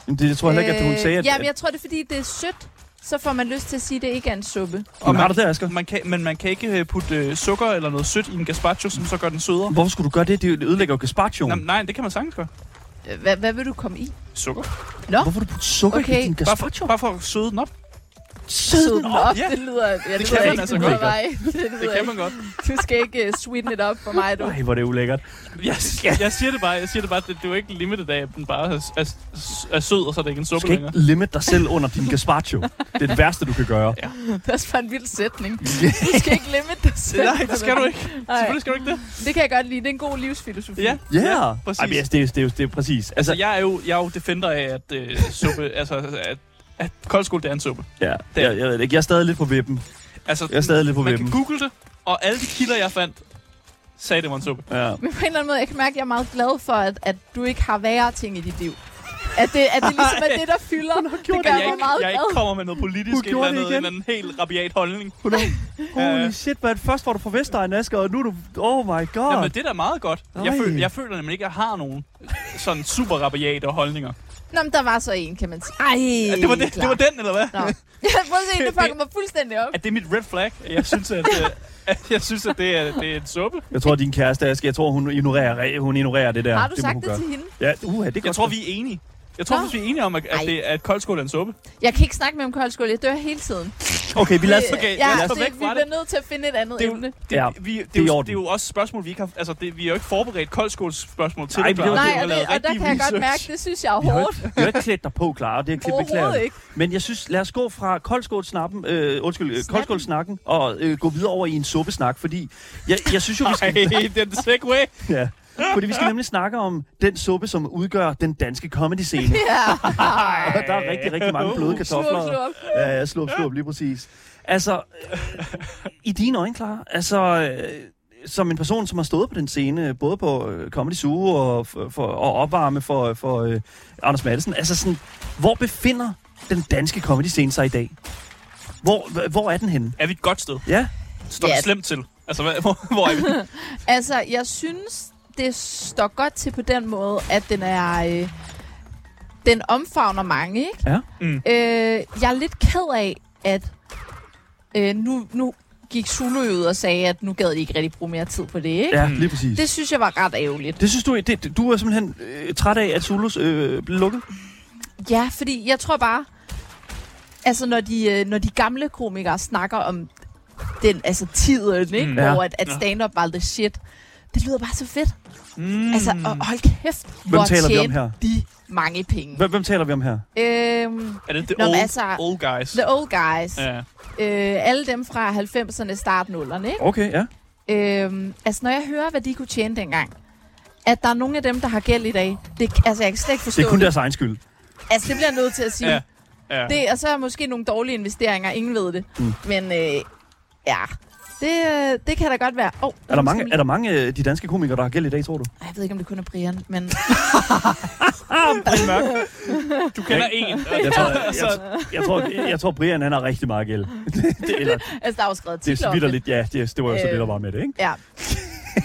[SPEAKER 1] Jamen, det jeg tror heller ikke, at hun sagde, at...
[SPEAKER 3] Øh, Jamen, jeg tror, det er, fordi det er sødt, så får man lyst til at sige, at det ikke er en suppe.
[SPEAKER 1] Jamen, har du det, Asger?
[SPEAKER 2] Man kan, men man kan ikke øh, putte øh, sukker eller noget sødt i en gazpacho, som så gør den sødere.
[SPEAKER 1] Hvorfor skulle du gøre det? Det ødelægger jo gazpachoen.
[SPEAKER 2] Nej, nej, det kan man sagtens gøre.
[SPEAKER 3] Øh, Hvad, hvad vil du komme i?
[SPEAKER 2] Sukker.
[SPEAKER 1] Hvorfor har du putte sukker okay. i
[SPEAKER 3] Okay.
[SPEAKER 1] din
[SPEAKER 2] Bare for,
[SPEAKER 1] gazpacho?
[SPEAKER 2] bare for at søde den op.
[SPEAKER 1] Sød den op.
[SPEAKER 3] op,
[SPEAKER 2] ja.
[SPEAKER 3] det lyder... Ja, det,
[SPEAKER 2] kan
[SPEAKER 3] lyder
[SPEAKER 2] man
[SPEAKER 3] ikke
[SPEAKER 2] altså
[SPEAKER 3] en
[SPEAKER 2] godt.
[SPEAKER 3] god vej. Det,
[SPEAKER 2] Det
[SPEAKER 3] lyder
[SPEAKER 2] kan
[SPEAKER 3] ikke.
[SPEAKER 2] man godt.
[SPEAKER 3] Du skal ikke uh, sweeten it up for mig, du.
[SPEAKER 1] Ej, hvor er det ulækkert.
[SPEAKER 2] Jeg, jeg siger det bare, jeg siger det bare, det, det er jo ikke limited af, at den bare er, er, er sød, og så er det ikke en
[SPEAKER 1] Du
[SPEAKER 2] suppe
[SPEAKER 1] skal
[SPEAKER 2] længere.
[SPEAKER 1] ikke limit dig selv under din gazpacho. Det er det værste, du kan gøre.
[SPEAKER 3] Det er også bare en vild sætning. Du skal ikke limit dig selv.
[SPEAKER 2] Nej, det skal du ikke.
[SPEAKER 3] Nej,
[SPEAKER 2] Selvfølgelig skal du ikke det.
[SPEAKER 3] det kan jeg godt lide. Det er en god livsfilosofi.
[SPEAKER 2] Ja,
[SPEAKER 1] Ja, yeah.
[SPEAKER 2] præcis.
[SPEAKER 1] Ej, men altså, det, er, det, er, jo- det er præcis.
[SPEAKER 2] Altså,
[SPEAKER 1] Altså,
[SPEAKER 2] jeg er jo, jeg er jo defender af, at øh, suppe, altså, at, at koldskål, det er en suppe.
[SPEAKER 1] ja, jeg, jeg ved det ikke. Jeg er stadig lidt på vippen.
[SPEAKER 2] Altså,
[SPEAKER 1] Jeg er stadig lidt på
[SPEAKER 2] man
[SPEAKER 1] vippen.
[SPEAKER 2] kan google det, og alle de kilder, jeg fandt, sagde, det var en suppe.
[SPEAKER 1] Ja.
[SPEAKER 3] Men på en eller anden måde, jeg kan mærke, at jeg er meget glad for, at, at du ikke har værre ting i dit liv. At det, at det ligesom er det, der fylder. Det gør
[SPEAKER 2] At jeg,
[SPEAKER 3] mig
[SPEAKER 2] ikke,
[SPEAKER 3] meget
[SPEAKER 2] jeg
[SPEAKER 3] glad.
[SPEAKER 2] ikke kommer med noget politisk,
[SPEAKER 1] Hun
[SPEAKER 2] et eller
[SPEAKER 1] gjorde det
[SPEAKER 2] andet, en
[SPEAKER 1] igen.
[SPEAKER 2] eller anden helt rabiat holdning.
[SPEAKER 1] Holy
[SPEAKER 2] Øh.
[SPEAKER 1] shit, man. Først var du fra Vestegn, Asger, og nu er du... Oh my god.
[SPEAKER 2] Jamen, det er da meget godt. Jeg,
[SPEAKER 1] Ej.
[SPEAKER 2] føl, jeg føler nemlig ikke, at jeg har nogen sådan super rabiate holdninger.
[SPEAKER 3] Nå, men der var så en, kan man sige. Ej,
[SPEAKER 2] Ja, det, var det, det var den, eller hvad?
[SPEAKER 3] Nå. Ja, prøv at se, det fucker mig fuldstændig op.
[SPEAKER 2] At det er mit red flag. at Jeg synes, at, øh, at, jeg synes, at det, er, det er en suppe.
[SPEAKER 1] Jeg tror, din kæreste, Asger, jeg tror, hun ignorerer, hun ignorerer det der.
[SPEAKER 3] Har du
[SPEAKER 1] må
[SPEAKER 3] sagt
[SPEAKER 1] hun
[SPEAKER 3] det
[SPEAKER 1] gøre.
[SPEAKER 3] til hende?
[SPEAKER 1] Ja, uha, det er
[SPEAKER 2] Jeg
[SPEAKER 1] godt.
[SPEAKER 2] tror, vi er enige. Jeg tror,
[SPEAKER 3] Nå.
[SPEAKER 2] faktisk, vi er enige om, at, at,
[SPEAKER 3] Ej.
[SPEAKER 2] det, at koldskål er en suppe.
[SPEAKER 3] Jeg kan ikke snakke med om koldskål. Jeg dør hele tiden.
[SPEAKER 1] Okay, vi lader...
[SPEAKER 2] okay,
[SPEAKER 3] ja,
[SPEAKER 2] lad os
[SPEAKER 3] det,
[SPEAKER 2] gå væk
[SPEAKER 3] vi
[SPEAKER 2] fra
[SPEAKER 3] bliver nødt til at finde et andet
[SPEAKER 2] Det er jo-
[SPEAKER 3] emne.
[SPEAKER 2] Det,
[SPEAKER 1] Ja,
[SPEAKER 2] ja, vi, det,
[SPEAKER 1] det er i
[SPEAKER 2] det, er jo,
[SPEAKER 1] orden.
[SPEAKER 2] det er jo også spørgsmål, vi ikke har... Altså, det, vi har jo ikke forberedt koldskålsspørgsmål til
[SPEAKER 1] Nej,
[SPEAKER 2] det,
[SPEAKER 1] vi har-
[SPEAKER 2] Clara.
[SPEAKER 3] Nej,
[SPEAKER 2] Vi har
[SPEAKER 3] og,
[SPEAKER 2] lavet
[SPEAKER 3] det, og der
[SPEAKER 2] rigtig
[SPEAKER 3] kan jeg godt
[SPEAKER 2] research.
[SPEAKER 3] mærke, det synes jeg er
[SPEAKER 1] Vi har
[SPEAKER 3] hårdt.
[SPEAKER 1] ikke, vi har ikke klædt dig på, Clara. Det er klip, beklager.
[SPEAKER 3] Overhovedet
[SPEAKER 1] jeg.
[SPEAKER 3] ikke.
[SPEAKER 1] Men jeg synes, lad os gå fra koldskålsnappen, øh, undskyld, øh,
[SPEAKER 3] Snappen.
[SPEAKER 1] koldskålsnakken, og øh, gå videre over i en suppesnak, fordi jeg, jeg synes jo, vi skal...
[SPEAKER 2] Ej, den segway.
[SPEAKER 1] ja. Fordi vi skal nemlig snakke om den suppe, som udgør den danske comedy-scene.
[SPEAKER 3] Ja,
[SPEAKER 1] Og der er rigtig, rigtig mange bløde kartofler.
[SPEAKER 3] slå, slå op.
[SPEAKER 1] Ja, ja, slup, slup, lige præcis. Altså, øh, i dine øjne, klar. Altså, øh, som en person, som har stået på den scene, både på øh, Comedy Zoo og, for, for, og opvarme for, for øh, Anders Madsen, altså sådan, hvor befinder den danske comedy scene sig i dag? Hvor, h- hvor er den henne?
[SPEAKER 2] Er vi et godt sted?
[SPEAKER 1] Ja,
[SPEAKER 2] Står
[SPEAKER 3] Ja.
[SPEAKER 2] det slemt til? Altså, hvad, hvor, hvor er vi?
[SPEAKER 3] Altså, jeg synes, det står godt til på den måde, at den er... Øh, den omfavner mange, ikke?
[SPEAKER 1] Ja.
[SPEAKER 2] Mm.
[SPEAKER 3] Øh, jeg er lidt ked af, at øh, nu, nu gik Zulu ud og sagde, at nu gad de ikke rigtig bruge mere tid på det, ikke?
[SPEAKER 1] ja lige præcis. Det,
[SPEAKER 3] Det synes jeg var ret ærgerligt.
[SPEAKER 1] det synes du, det, du er simpelthen øh, træt af, at Zulus øh, blev lukket?
[SPEAKER 3] Ja, fordi jeg tror bare, altså når de, øh, når de gamle komikere snakker om den, altså tiden, ikke?
[SPEAKER 2] Mm.
[SPEAKER 3] Mm, hvor
[SPEAKER 1] Ja.
[SPEAKER 3] at, at stand-up var the shit, Det lyder bare så fedt.
[SPEAKER 2] Mm.
[SPEAKER 3] Altså, og hold kæft,
[SPEAKER 1] Hvem
[SPEAKER 3] hvor
[SPEAKER 1] taler vi om
[SPEAKER 3] tjente
[SPEAKER 1] her?
[SPEAKER 3] de mange penge.
[SPEAKER 1] Hvem, hvem taler vi om her?
[SPEAKER 3] Øhm,
[SPEAKER 2] er det the
[SPEAKER 3] Nå, men
[SPEAKER 2] old,
[SPEAKER 3] altså-
[SPEAKER 2] old guys?
[SPEAKER 3] the old guys. Ja.
[SPEAKER 2] Ja.
[SPEAKER 3] Øh, alle dem fra 90'erne, start 0'erne, ikke?
[SPEAKER 1] Okay, ja.
[SPEAKER 3] Øhm, altså, når jeg hører, hvad de kunne tjene dengang, at der er nogle af dem, der har gæld i dag, det, altså, jeg kan slet ikke forstå
[SPEAKER 1] Det er kun deres egen skyld.
[SPEAKER 3] Altså, det bliver jeg nødt til at sige.
[SPEAKER 2] Ja.
[SPEAKER 3] Ja.
[SPEAKER 2] Ja. Det...
[SPEAKER 3] Det, og så er måske nogle dårlige investeringer, ingen ved det.
[SPEAKER 1] Mm.
[SPEAKER 3] Mm. Men øh, ja, det, øh, det kan da godt være. Oh,
[SPEAKER 1] Er der mange, er der mange af de danske komikere, der har gæld i dag, tror du?
[SPEAKER 3] Ej, jeg ved ikke, om det kun er Brian, men
[SPEAKER 2] Du kender en. Altså,
[SPEAKER 1] Jeg tror, jeg, jeg, jeg, tror, jeg tror Brian han har rigtig meget gæld. Det, eller,
[SPEAKER 3] altså, der er jo skrevet
[SPEAKER 1] det
[SPEAKER 3] titler om
[SPEAKER 1] svitter lidt, ja, det, det var jo så
[SPEAKER 3] Øh.
[SPEAKER 1] det, der var med det, ikke?
[SPEAKER 3] Ja.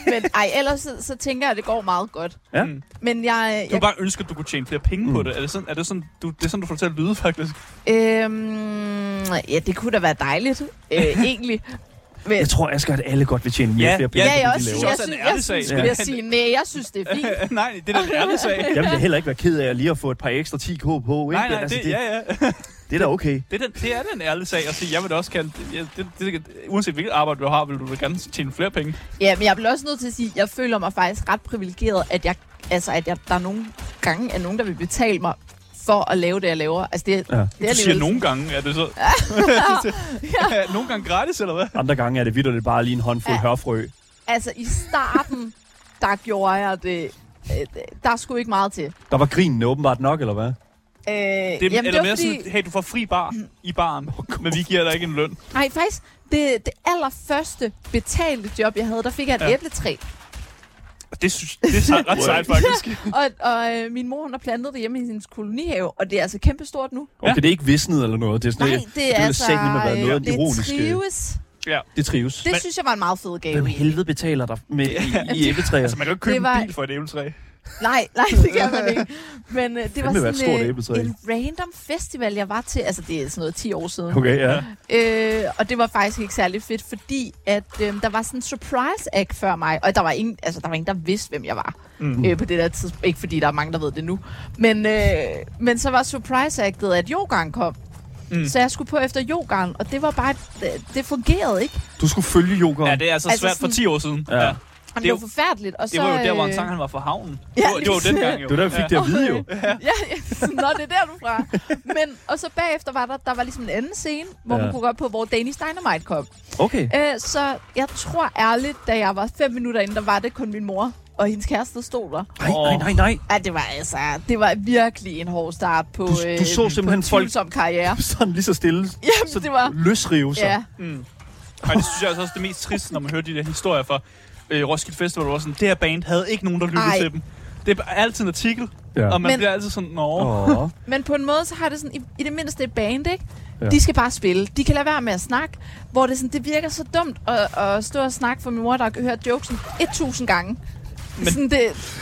[SPEAKER 3] Men ej, ellers så, så tænker jeg, at det går meget godt.
[SPEAKER 1] Ja.
[SPEAKER 2] Mm.
[SPEAKER 3] Men jeg,
[SPEAKER 2] Du
[SPEAKER 3] jeg
[SPEAKER 2] har bare ønsket, at du kunne tjene flere penge mm. på
[SPEAKER 1] Mm.
[SPEAKER 2] det. Er det sådan, er det sådan, du, det er sådan, du får det til at lyde, faktisk?
[SPEAKER 3] øhm, ja, det kunne da være dejligt, øh, egentlig. Men,
[SPEAKER 1] Jeg tror, Asger, at alle godt vil tjene mere
[SPEAKER 2] Ja,
[SPEAKER 1] flere
[SPEAKER 2] ja,
[SPEAKER 1] penge,
[SPEAKER 3] jeg,
[SPEAKER 1] end
[SPEAKER 3] også,
[SPEAKER 1] de
[SPEAKER 3] jeg,
[SPEAKER 1] laver.
[SPEAKER 2] Det er
[SPEAKER 3] jeg,
[SPEAKER 2] også en
[SPEAKER 3] synes,
[SPEAKER 2] ærlig sag.
[SPEAKER 3] jeg synes, skulle jeg
[SPEAKER 2] Ja.
[SPEAKER 3] sige, nej, jeg synes, det er fint.
[SPEAKER 2] Nej, det er da en ærlig sag.
[SPEAKER 1] Jeg vil da heller ikke være ked af lige at få et par ekstra 10k på, ikke?
[SPEAKER 2] Nej, nej,
[SPEAKER 1] altså,
[SPEAKER 2] det, ja, ja.
[SPEAKER 1] det er da okay.
[SPEAKER 2] Det er, den, det er den ærlige sag at sige, jeg vil da også kalde, det, det, det, det, uanset hvilket arbejde du har, vil du da gerne tjene flere penge.
[SPEAKER 3] Ja, men jeg bliver også nødt til at sige, at jeg føler mig faktisk ret privilegeret, at, jeg, altså, at jeg, der er nogle gange er nogen, der vil betale mig for at lave det, jeg laver. Altså, det, ja. det er
[SPEAKER 2] Du siger
[SPEAKER 3] alligevel-
[SPEAKER 2] nogle gange, er det så? nogle gange gratis, eller hvad?
[SPEAKER 1] Andre gange er det vidderligt bare lige en håndfuld
[SPEAKER 3] Ja.
[SPEAKER 1] hørfrø.
[SPEAKER 3] Altså, i starten, der gjorde jeg det... øh, Der skulle ikke meget til. Øh,
[SPEAKER 1] Der var grinen åbenbart nok, eller hvad?
[SPEAKER 3] det,
[SPEAKER 2] Det, Jamen, eller
[SPEAKER 3] var
[SPEAKER 2] mere sådan, hey, du får fri bar i baren, men vi giver dig ikke en løn.
[SPEAKER 3] Nej, faktisk, det, det allerførste betalte job, jeg havde, der fik jeg et
[SPEAKER 2] Ja.
[SPEAKER 3] ja. æbletræ.
[SPEAKER 2] Og det, synes, det er ret sejt, faktisk.
[SPEAKER 3] Og, og øh, min mor, hun har plantet det hjemme i sin kolonihave, og og det er altså kæmpestort nu.
[SPEAKER 1] Okay, det er ikke visnet eller noget. Det er sådan,
[SPEAKER 3] Nej,
[SPEAKER 1] noget-
[SPEAKER 3] det er
[SPEAKER 1] ville
[SPEAKER 3] altså...
[SPEAKER 1] satme have været noget af en
[SPEAKER 3] det
[SPEAKER 1] ironisk, øh,
[SPEAKER 3] trives.
[SPEAKER 2] Ja.
[SPEAKER 1] det trives.
[SPEAKER 3] Det synes jeg var en meget fed gave.
[SPEAKER 1] Hvem helvede betaler der med i, i æbletræer?
[SPEAKER 2] Altså, man kan jo ikke købe
[SPEAKER 3] Det var-
[SPEAKER 2] en bil for et æbletræ.
[SPEAKER 3] Nej, nej, det kan man ikke. Men øh, det var
[SPEAKER 1] Fandme være et
[SPEAKER 3] sådan
[SPEAKER 1] stort
[SPEAKER 3] øh,
[SPEAKER 1] æbletræ.
[SPEAKER 3] en random festival, jeg var til. Altså, det er sådan noget 10 år siden.
[SPEAKER 1] Okay, ja.
[SPEAKER 3] Øh, og det var faktisk ikke særlig fedt, fordi at øh, der var sådan en surprise act før mig. Og der var ingen, altså, der, var ingen der vidste, hvem jeg var
[SPEAKER 2] Mm.
[SPEAKER 3] mm. øh, på det der tidspunkt. Ikke fordi der er mange, der ved det nu. Men, øh, men så var surprise actet, at yogaen kom.
[SPEAKER 2] Mm.
[SPEAKER 3] Mm. Så jeg skulle på efter yogaen, og det var bare... Det, det fungerede ikke.
[SPEAKER 1] Du skulle følge yoghurt.
[SPEAKER 2] Ja, det er altså,
[SPEAKER 3] Altså
[SPEAKER 2] svært for
[SPEAKER 3] sådan-
[SPEAKER 2] 10 år siden.
[SPEAKER 1] Ja.
[SPEAKER 3] Og det,
[SPEAKER 2] Det
[SPEAKER 3] det
[SPEAKER 2] er
[SPEAKER 3] var forfærdeligt. Og
[SPEAKER 2] Det
[SPEAKER 3] så,
[SPEAKER 2] var jo der, hvor
[SPEAKER 3] øh,
[SPEAKER 2] en sang han var fra havnen.
[SPEAKER 3] Ja,
[SPEAKER 2] Det var, det var
[SPEAKER 3] lige
[SPEAKER 2] jo dengang, jo.
[SPEAKER 1] det var der, vi fik det at vide, jo.
[SPEAKER 3] Ja, ja. Nå, det er der, du er fra. Men, og så bagefter var der, der var ligesom en anden scene, hvor
[SPEAKER 1] Ja.
[SPEAKER 3] ja. man kunne gå op på, hvor Danish Dynamite kom.
[SPEAKER 1] Okay.
[SPEAKER 3] Øh, så jeg tror ærligt, da jeg var fem minutter inde, der var det kun min mor og hendes kæreste, der stod der.
[SPEAKER 1] Nej, nej, nej, nej.
[SPEAKER 3] Ja, det var altså, det var virkelig en hård start på,
[SPEAKER 1] Du- du
[SPEAKER 3] øh,
[SPEAKER 1] så
[SPEAKER 3] på
[SPEAKER 1] simpelthen
[SPEAKER 3] en
[SPEAKER 1] folk-
[SPEAKER 3] tvivlsom karriere.
[SPEAKER 1] Sådan lige så stille.
[SPEAKER 3] Jamen,
[SPEAKER 1] så
[SPEAKER 3] det var-
[SPEAKER 1] Løsrive sig.
[SPEAKER 3] Ja,
[SPEAKER 2] Mm. Ej, det synes jeg altså også er det mest triste, når man hører de der historier fra øh, Roskilde Festival, hvor sådan, det her band havde ikke nogen, der lyttede
[SPEAKER 3] Ej.
[SPEAKER 2] til dem. Det er altid en artikel,
[SPEAKER 1] Ja.
[SPEAKER 2] og man Men...
[SPEAKER 3] Men-
[SPEAKER 2] bliver altid sådan, nå,
[SPEAKER 1] Åh.
[SPEAKER 3] men på en måde, så har det sådan, i, i det mindste et band, ikke?
[SPEAKER 1] Ja.
[SPEAKER 3] Ja. De skal bare spille. De kan lade være med at snakke, hvor det, sådan, det virker så dumt at, at stå og snakke for min mor, der har hørt jokesen 1000 gange.
[SPEAKER 2] Men-
[SPEAKER 3] Men, sådan det,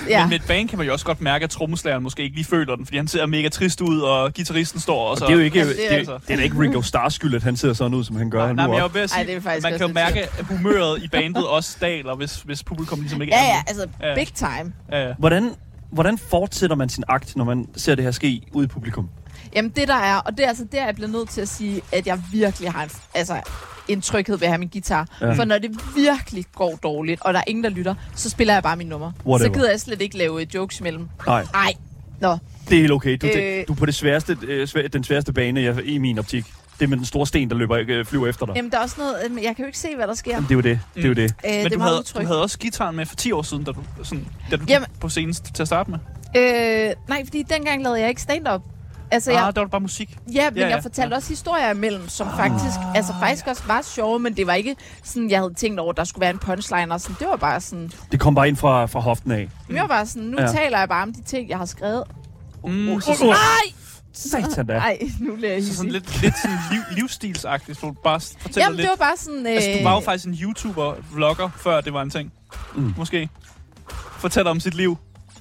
[SPEAKER 3] ja.
[SPEAKER 2] Men med et band kan man jo også godt mærke, at trommeslageren måske ikke lige føler den, fordi han ser mega trist ud, og guitaristen står og så...
[SPEAKER 1] Det er jo ikke,
[SPEAKER 3] Altså,
[SPEAKER 1] det,
[SPEAKER 3] det er
[SPEAKER 1] det,
[SPEAKER 2] altså-
[SPEAKER 1] det er da ikke Ringo Starrs skyld, at han sidder sådan ud, som han gør
[SPEAKER 2] Nej,
[SPEAKER 1] han
[SPEAKER 2] nej,
[SPEAKER 1] nu.
[SPEAKER 2] men jeg
[SPEAKER 1] op.
[SPEAKER 2] var ved at sige,
[SPEAKER 3] Ej, det er
[SPEAKER 2] at
[SPEAKER 3] faktisk
[SPEAKER 2] man kan jo
[SPEAKER 3] også lidt
[SPEAKER 2] mærke, at humøret i bandet også daler, hvis, hvis publikum ligesom ikke
[SPEAKER 3] Ja,
[SPEAKER 2] er
[SPEAKER 3] ja, Øh,
[SPEAKER 2] med.
[SPEAKER 3] altså
[SPEAKER 2] Ja.
[SPEAKER 3] big time.
[SPEAKER 2] Ja, ja.
[SPEAKER 1] Hvordan, hvordan fortsætter man sin akt, når man ser det her ske ude i publikum?
[SPEAKER 3] Jamen det der er, og det er altså der, jeg bliver nødt til at sige, at jeg virkelig har en, altså, en tryghed ved at have min guitar.
[SPEAKER 1] Ja.
[SPEAKER 3] Ja. For når det virkelig går dårligt, og der er ingen, der lytter, så spiller jeg bare min nummer.
[SPEAKER 1] Whatever.
[SPEAKER 3] Så gider jeg slet ikke lave øh, jokes imellem.
[SPEAKER 1] Nej,
[SPEAKER 3] Ej, nå.
[SPEAKER 1] det er helt okay. Du, øh,
[SPEAKER 3] Øh.
[SPEAKER 1] du er på det sværeste, øh, svær, den sværeste bane jeg, i min optik. Det er med den store sten, der løber, øh, flyver efter dig.
[SPEAKER 3] Jamen der er også noget, øh, jeg kan jo ikke se, hvad der sker.
[SPEAKER 1] Jamen, det er jo det. Det er jo det.
[SPEAKER 3] Øh,
[SPEAKER 2] Men
[SPEAKER 3] det er
[SPEAKER 2] du,
[SPEAKER 3] meget
[SPEAKER 2] havde, du
[SPEAKER 3] utrygt.
[SPEAKER 2] havde også gitaren med for 10 år siden, da du, sådan, da du
[SPEAKER 3] Jamen-
[SPEAKER 2] gik på scenen til at starte med.
[SPEAKER 3] Øh, nej, fordi dengang lavede jeg ikke stand-up. Altså,
[SPEAKER 2] Så
[SPEAKER 3] jeg,
[SPEAKER 2] jeg... Ah, der var det bare musik.
[SPEAKER 3] Ja, men
[SPEAKER 2] Ja,
[SPEAKER 3] ja,
[SPEAKER 2] ja, Ah.
[SPEAKER 3] jeg fortalte ja. også historier imellem, som faktisk, altså faktisk også var sjove, men det var ikke sådan, jeg havde tænkt over, at der skulle være en punchline og sådan. Det var bare sådan,
[SPEAKER 2] Mm.
[SPEAKER 1] Det kom bare ind fra, fra hoften af.
[SPEAKER 3] mm. jeg var bare sådan, nu
[SPEAKER 1] Ja.
[SPEAKER 3] ja. taler jeg bare om de ting, jeg har skrevet.
[SPEAKER 2] Mm,
[SPEAKER 1] Uh,
[SPEAKER 2] så,
[SPEAKER 1] nej! Satan da.
[SPEAKER 3] Nej, nu bliver jeg
[SPEAKER 2] så sådan
[SPEAKER 3] hissig.
[SPEAKER 2] lidt, lidt sådan liv, livsstilsagtigt, hvor du bare s- fortæller
[SPEAKER 3] Jamen,
[SPEAKER 2] lidt.
[SPEAKER 3] det var bare sådan... Øh,
[SPEAKER 2] Altså, du var jo faktisk en YouTuber-vlogger, før det var en ting.
[SPEAKER 1] Mm.
[SPEAKER 2] Mm. Måske. Fortæller om sit liv.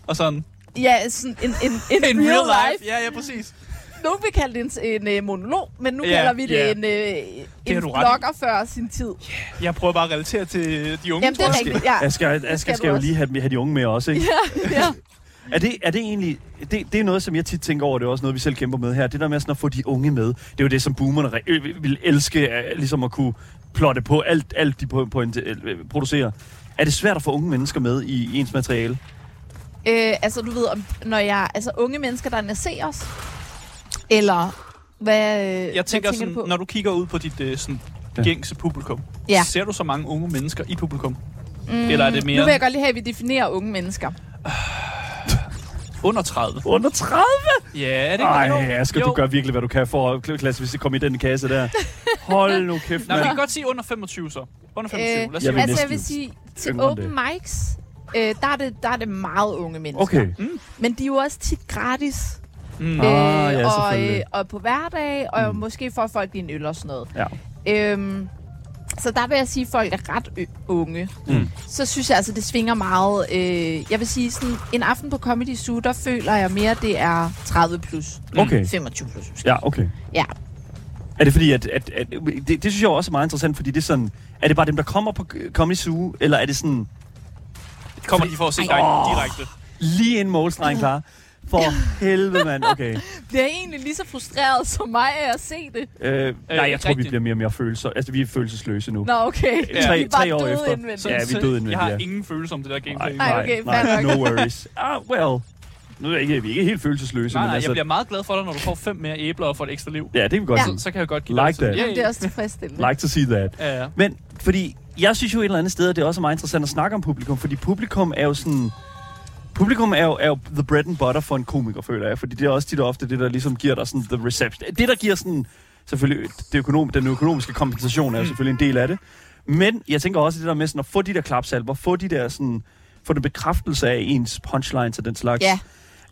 [SPEAKER 2] Og sådan.
[SPEAKER 3] Ja, sådan en, en, en, en real life.
[SPEAKER 2] Ja, ja, præcis.
[SPEAKER 3] Nogen vil kalde det en, en øh, monolog, men nu
[SPEAKER 2] Ja,
[SPEAKER 3] yeah, kalder vi det
[SPEAKER 2] ja.
[SPEAKER 3] yeah. en, øh,
[SPEAKER 2] har
[SPEAKER 3] en
[SPEAKER 2] du ret i.
[SPEAKER 3] vlogger før sin tid.
[SPEAKER 2] Jeg prøver bare at relatere til de unge,
[SPEAKER 3] Jamen, det er
[SPEAKER 2] tror jeg.
[SPEAKER 3] rigtigt, ja.
[SPEAKER 1] Asger, Asger
[SPEAKER 3] skal
[SPEAKER 1] skal
[SPEAKER 3] du
[SPEAKER 1] jo
[SPEAKER 3] også.
[SPEAKER 1] lige have, have de unge med også, ikke?
[SPEAKER 3] ja.
[SPEAKER 1] Er det, er det egentlig... Det, det er noget, som jeg tit tænker over, og det er også noget, vi selv kæmper med her. Det der med sådan at få de unge med, det er jo det, som boomerne re- øh, vil elske, øh, ligesom at kunne plotte på alt, alt de på, på en, øh, producerer. Er det svært at få unge mennesker med i, i ens materiale?
[SPEAKER 3] Øh, altså, du ved, om- når jeg... Altså, unge mennesker, der naseres? Eller... Hvad, øh, hvad
[SPEAKER 2] Jeg tænker,
[SPEAKER 3] tænker
[SPEAKER 2] sådan,
[SPEAKER 3] du på?
[SPEAKER 2] når du kigger ud på dit øh, sådan,
[SPEAKER 1] Ja.
[SPEAKER 2] gængse publikum,
[SPEAKER 3] Ja.
[SPEAKER 2] ser du så mange unge mennesker i publikum? Mm, Eller er det
[SPEAKER 3] Nu
[SPEAKER 2] mere
[SPEAKER 3] vil jeg godt lige have, at vi definerer unge mennesker.
[SPEAKER 2] under 30?
[SPEAKER 1] Under 30?
[SPEAKER 2] Ja, er det ikke
[SPEAKER 1] Nej,
[SPEAKER 2] noget?
[SPEAKER 1] ja, skal
[SPEAKER 2] Jo.
[SPEAKER 1] du gøre virkelig, hvad du kan for at klasse, hvis det kommer i den kasse der. Hold nu kæft,
[SPEAKER 2] Nej, vi kan
[SPEAKER 1] mand.
[SPEAKER 2] godt sige under 25 så. Under 25, øh, lad os
[SPEAKER 1] jeg
[SPEAKER 2] sige.
[SPEAKER 1] vil
[SPEAKER 3] altså,
[SPEAKER 1] næsten
[SPEAKER 3] jeg vil sige, til
[SPEAKER 1] yngre end
[SPEAKER 3] open
[SPEAKER 1] det.
[SPEAKER 3] mics, øh, der, er det, der er det meget unge mennesker.
[SPEAKER 1] Okay.
[SPEAKER 3] Men de er jo også tit gratis. øh,
[SPEAKER 2] Mm.
[SPEAKER 1] Ah, ja,
[SPEAKER 3] og,
[SPEAKER 1] selvfølgelig.
[SPEAKER 2] øh,
[SPEAKER 3] og på hverdag, og mm. måske får folk lige en øl og sådan noget.
[SPEAKER 1] Ja.
[SPEAKER 3] Øhm, så der vil jeg sige, at folk er ret ø- unge.
[SPEAKER 1] Mm.
[SPEAKER 3] Så synes jeg altså, det svinger meget. Øh, jeg vil sige, sådan en aften på Comedy Zoo, der føler jeg mere, det er 30 plus.
[SPEAKER 1] Okay.
[SPEAKER 3] 25 plus måske.
[SPEAKER 1] Ja, okay.
[SPEAKER 3] Ja.
[SPEAKER 1] Er det fordi, at, at, at det, det synes jeg jo også er meget interessant, fordi det er sådan, er det bare dem, der kommer på øh, Comedy Zoo, eller er det sådan
[SPEAKER 2] Kommer de for at se dig direkte?
[SPEAKER 1] lige en målstregen klar? For helvede, mand. Okay.
[SPEAKER 3] Bliver jeg egentlig lige så frustreret som mig af at se det?
[SPEAKER 1] Øh, nej, jeg tror, vi
[SPEAKER 2] rigtigt.
[SPEAKER 1] bliver mere og mere følelser. Altså, vi er følelsesløse nu.
[SPEAKER 3] Nå, okay.
[SPEAKER 1] Ja. Tre-
[SPEAKER 3] Vi er bare
[SPEAKER 1] tre år
[SPEAKER 3] døde
[SPEAKER 1] efter.
[SPEAKER 3] indvendigt.
[SPEAKER 1] Så- Ja, vi er døde indvendigt,
[SPEAKER 2] Jeg har
[SPEAKER 1] ja.
[SPEAKER 2] ingen følelse om det der gameplay.
[SPEAKER 3] Nej, okay, fair nok.
[SPEAKER 1] no worries. Ah, well. Nu er jeg ikke, vi er ikke helt følelsesløse,
[SPEAKER 2] Nej,
[SPEAKER 1] men
[SPEAKER 2] nej, jeg
[SPEAKER 1] altså...
[SPEAKER 2] bliver meget glad for dig, når du får fem mere æbler og får et ekstra liv.
[SPEAKER 1] Ja, det kan vi godt
[SPEAKER 3] Ja.
[SPEAKER 1] ja.
[SPEAKER 2] Så, så kan jeg godt give
[SPEAKER 1] Like
[SPEAKER 2] dig
[SPEAKER 1] that.
[SPEAKER 2] sådan,
[SPEAKER 3] Jamen, det er også tilfredsstillende.
[SPEAKER 1] Like to see that.
[SPEAKER 2] Ja, ja.
[SPEAKER 1] Men fordi, jeg synes jo et eller andet sted, at det også er meget interessant at snakke om publikum, fordi publikum er jo sådan... Publikum er jo, er jo the bread and butter for en komiker, føler jeg, fordi det er også tit og ofte det, der ligesom giver dig sådan the reception. Det, der giver sådan, selvfølgelig, det økonom, den økonomiske kompensation er jo selvfølgelig en del af det. Men jeg tænker også det der med sådan at få de der klapsalver, få de der sådan, få den bekræftelse af ens punchlines og den slags.
[SPEAKER 3] Ja.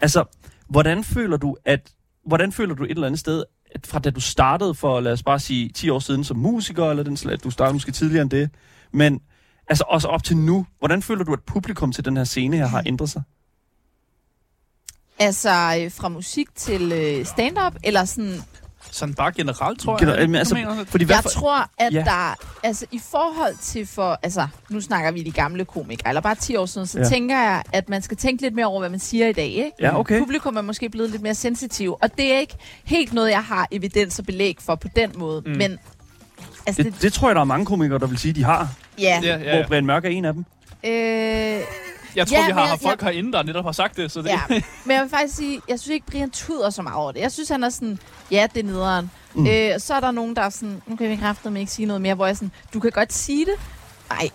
[SPEAKER 1] Altså, hvordan føler du, at, hvordan føler du et eller andet sted, at fra da du startede for, lad os bare sige, 10 år siden som musiker, eller den slags, du startede måske tidligere end det, men altså også op til nu, hvordan føler du, at publikum til den her scene her har ændret sig?
[SPEAKER 3] Altså øh, fra musik til øh, stand-up, eller sådan...
[SPEAKER 2] Sådan bare generelt, tror jeg.
[SPEAKER 1] Gener- men
[SPEAKER 2] Du
[SPEAKER 1] altså,
[SPEAKER 2] mener, at-
[SPEAKER 1] fordi hvad
[SPEAKER 3] Jeg
[SPEAKER 1] for,
[SPEAKER 3] tror, at
[SPEAKER 1] Ja.
[SPEAKER 3] ja. der... Altså i forhold til for... Altså nu snakker vi de gamle komikere, eller bare 10 år siden, så
[SPEAKER 1] Ja.
[SPEAKER 3] ja. tænker jeg, at man skal tænke lidt mere over, hvad man siger i dag, ikke?
[SPEAKER 1] Ja, okay.
[SPEAKER 3] Publikum er måske blevet lidt mere sensitiv, og det er ikke helt noget, jeg har evidens og belæg for på den måde, mm. men... Altså, det,
[SPEAKER 1] Det, det tror jeg, der er mange komikere, der vil sige, de har,
[SPEAKER 3] ja.
[SPEAKER 2] Ja,
[SPEAKER 1] ja,
[SPEAKER 2] ja,
[SPEAKER 1] hvor
[SPEAKER 2] ja.
[SPEAKER 1] Brian Mørk er en af dem.
[SPEAKER 3] Øh,
[SPEAKER 2] Jeg tror,
[SPEAKER 3] Ja,
[SPEAKER 2] vi har
[SPEAKER 3] men
[SPEAKER 2] haft
[SPEAKER 3] jeg-
[SPEAKER 2] folk herinde, der netop har sagt det, så det...
[SPEAKER 3] Ja, men jeg vil faktisk sige, jeg synes ikke, Brian tuder så meget over det. Jeg synes, han er sådan, ja, det er nederen. Mm. Øh, så er der nogen, der er sådan, nu kan vi kraftedeme ikke sige noget mere, hvor jeg er sådan, du kan godt sige det. Nej,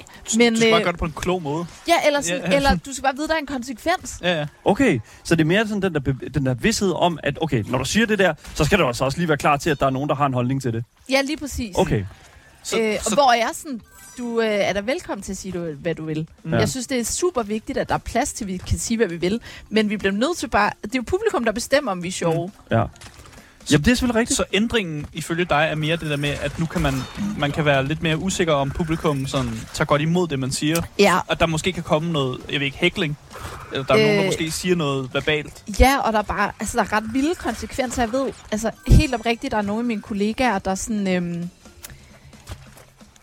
[SPEAKER 3] men... øh,
[SPEAKER 2] Du skal bare gøre det på en klog måde.
[SPEAKER 3] ja, eller, sådan,
[SPEAKER 2] Ja.
[SPEAKER 3] ja. eller du skal bare vide, der er en konsekvens.
[SPEAKER 2] Ja, ja.
[SPEAKER 1] Okay, så det er mere sådan den der, bev- den der vidshed om, at okay, når du siger det der, så skal du altså også lige være klar til, at der er nogen, der har en holdning til det.
[SPEAKER 3] Ja, lige præcis.
[SPEAKER 1] Okay,
[SPEAKER 2] Så,
[SPEAKER 3] øh,
[SPEAKER 2] så,
[SPEAKER 3] og hvor jeg er sådan, du øh, er da velkommen til at sige, du, hvad du vil.
[SPEAKER 1] Ja.
[SPEAKER 3] Ja. Jeg synes, det er super vigtigt, at der er plads til, at vi kan sige, hvad vi vil. Men vi bliver nødt til bare... Det er jo publikum, der bestemmer, om vi er sjove. Mm.
[SPEAKER 1] ja. Jamen, det er selvfølgelig rigtigt.
[SPEAKER 2] så ændringen ifølge dig er mere det der med, at nu kan man, man kan være lidt mere usikker om publikum sådan, tager godt imod det, man siger.
[SPEAKER 3] Ja,
[SPEAKER 2] At der måske kan komme noget, jeg ved ikke, hækling. Eller der er øh, nogen, der
[SPEAKER 3] Øh.
[SPEAKER 2] måske siger noget verbalt.
[SPEAKER 3] Ja, og der er bare altså, der er ret vilde konsekvenser. Jeg ved, altså helt oprigtigt, der er nogle af mine kollegaer, der er sådan... Øhm,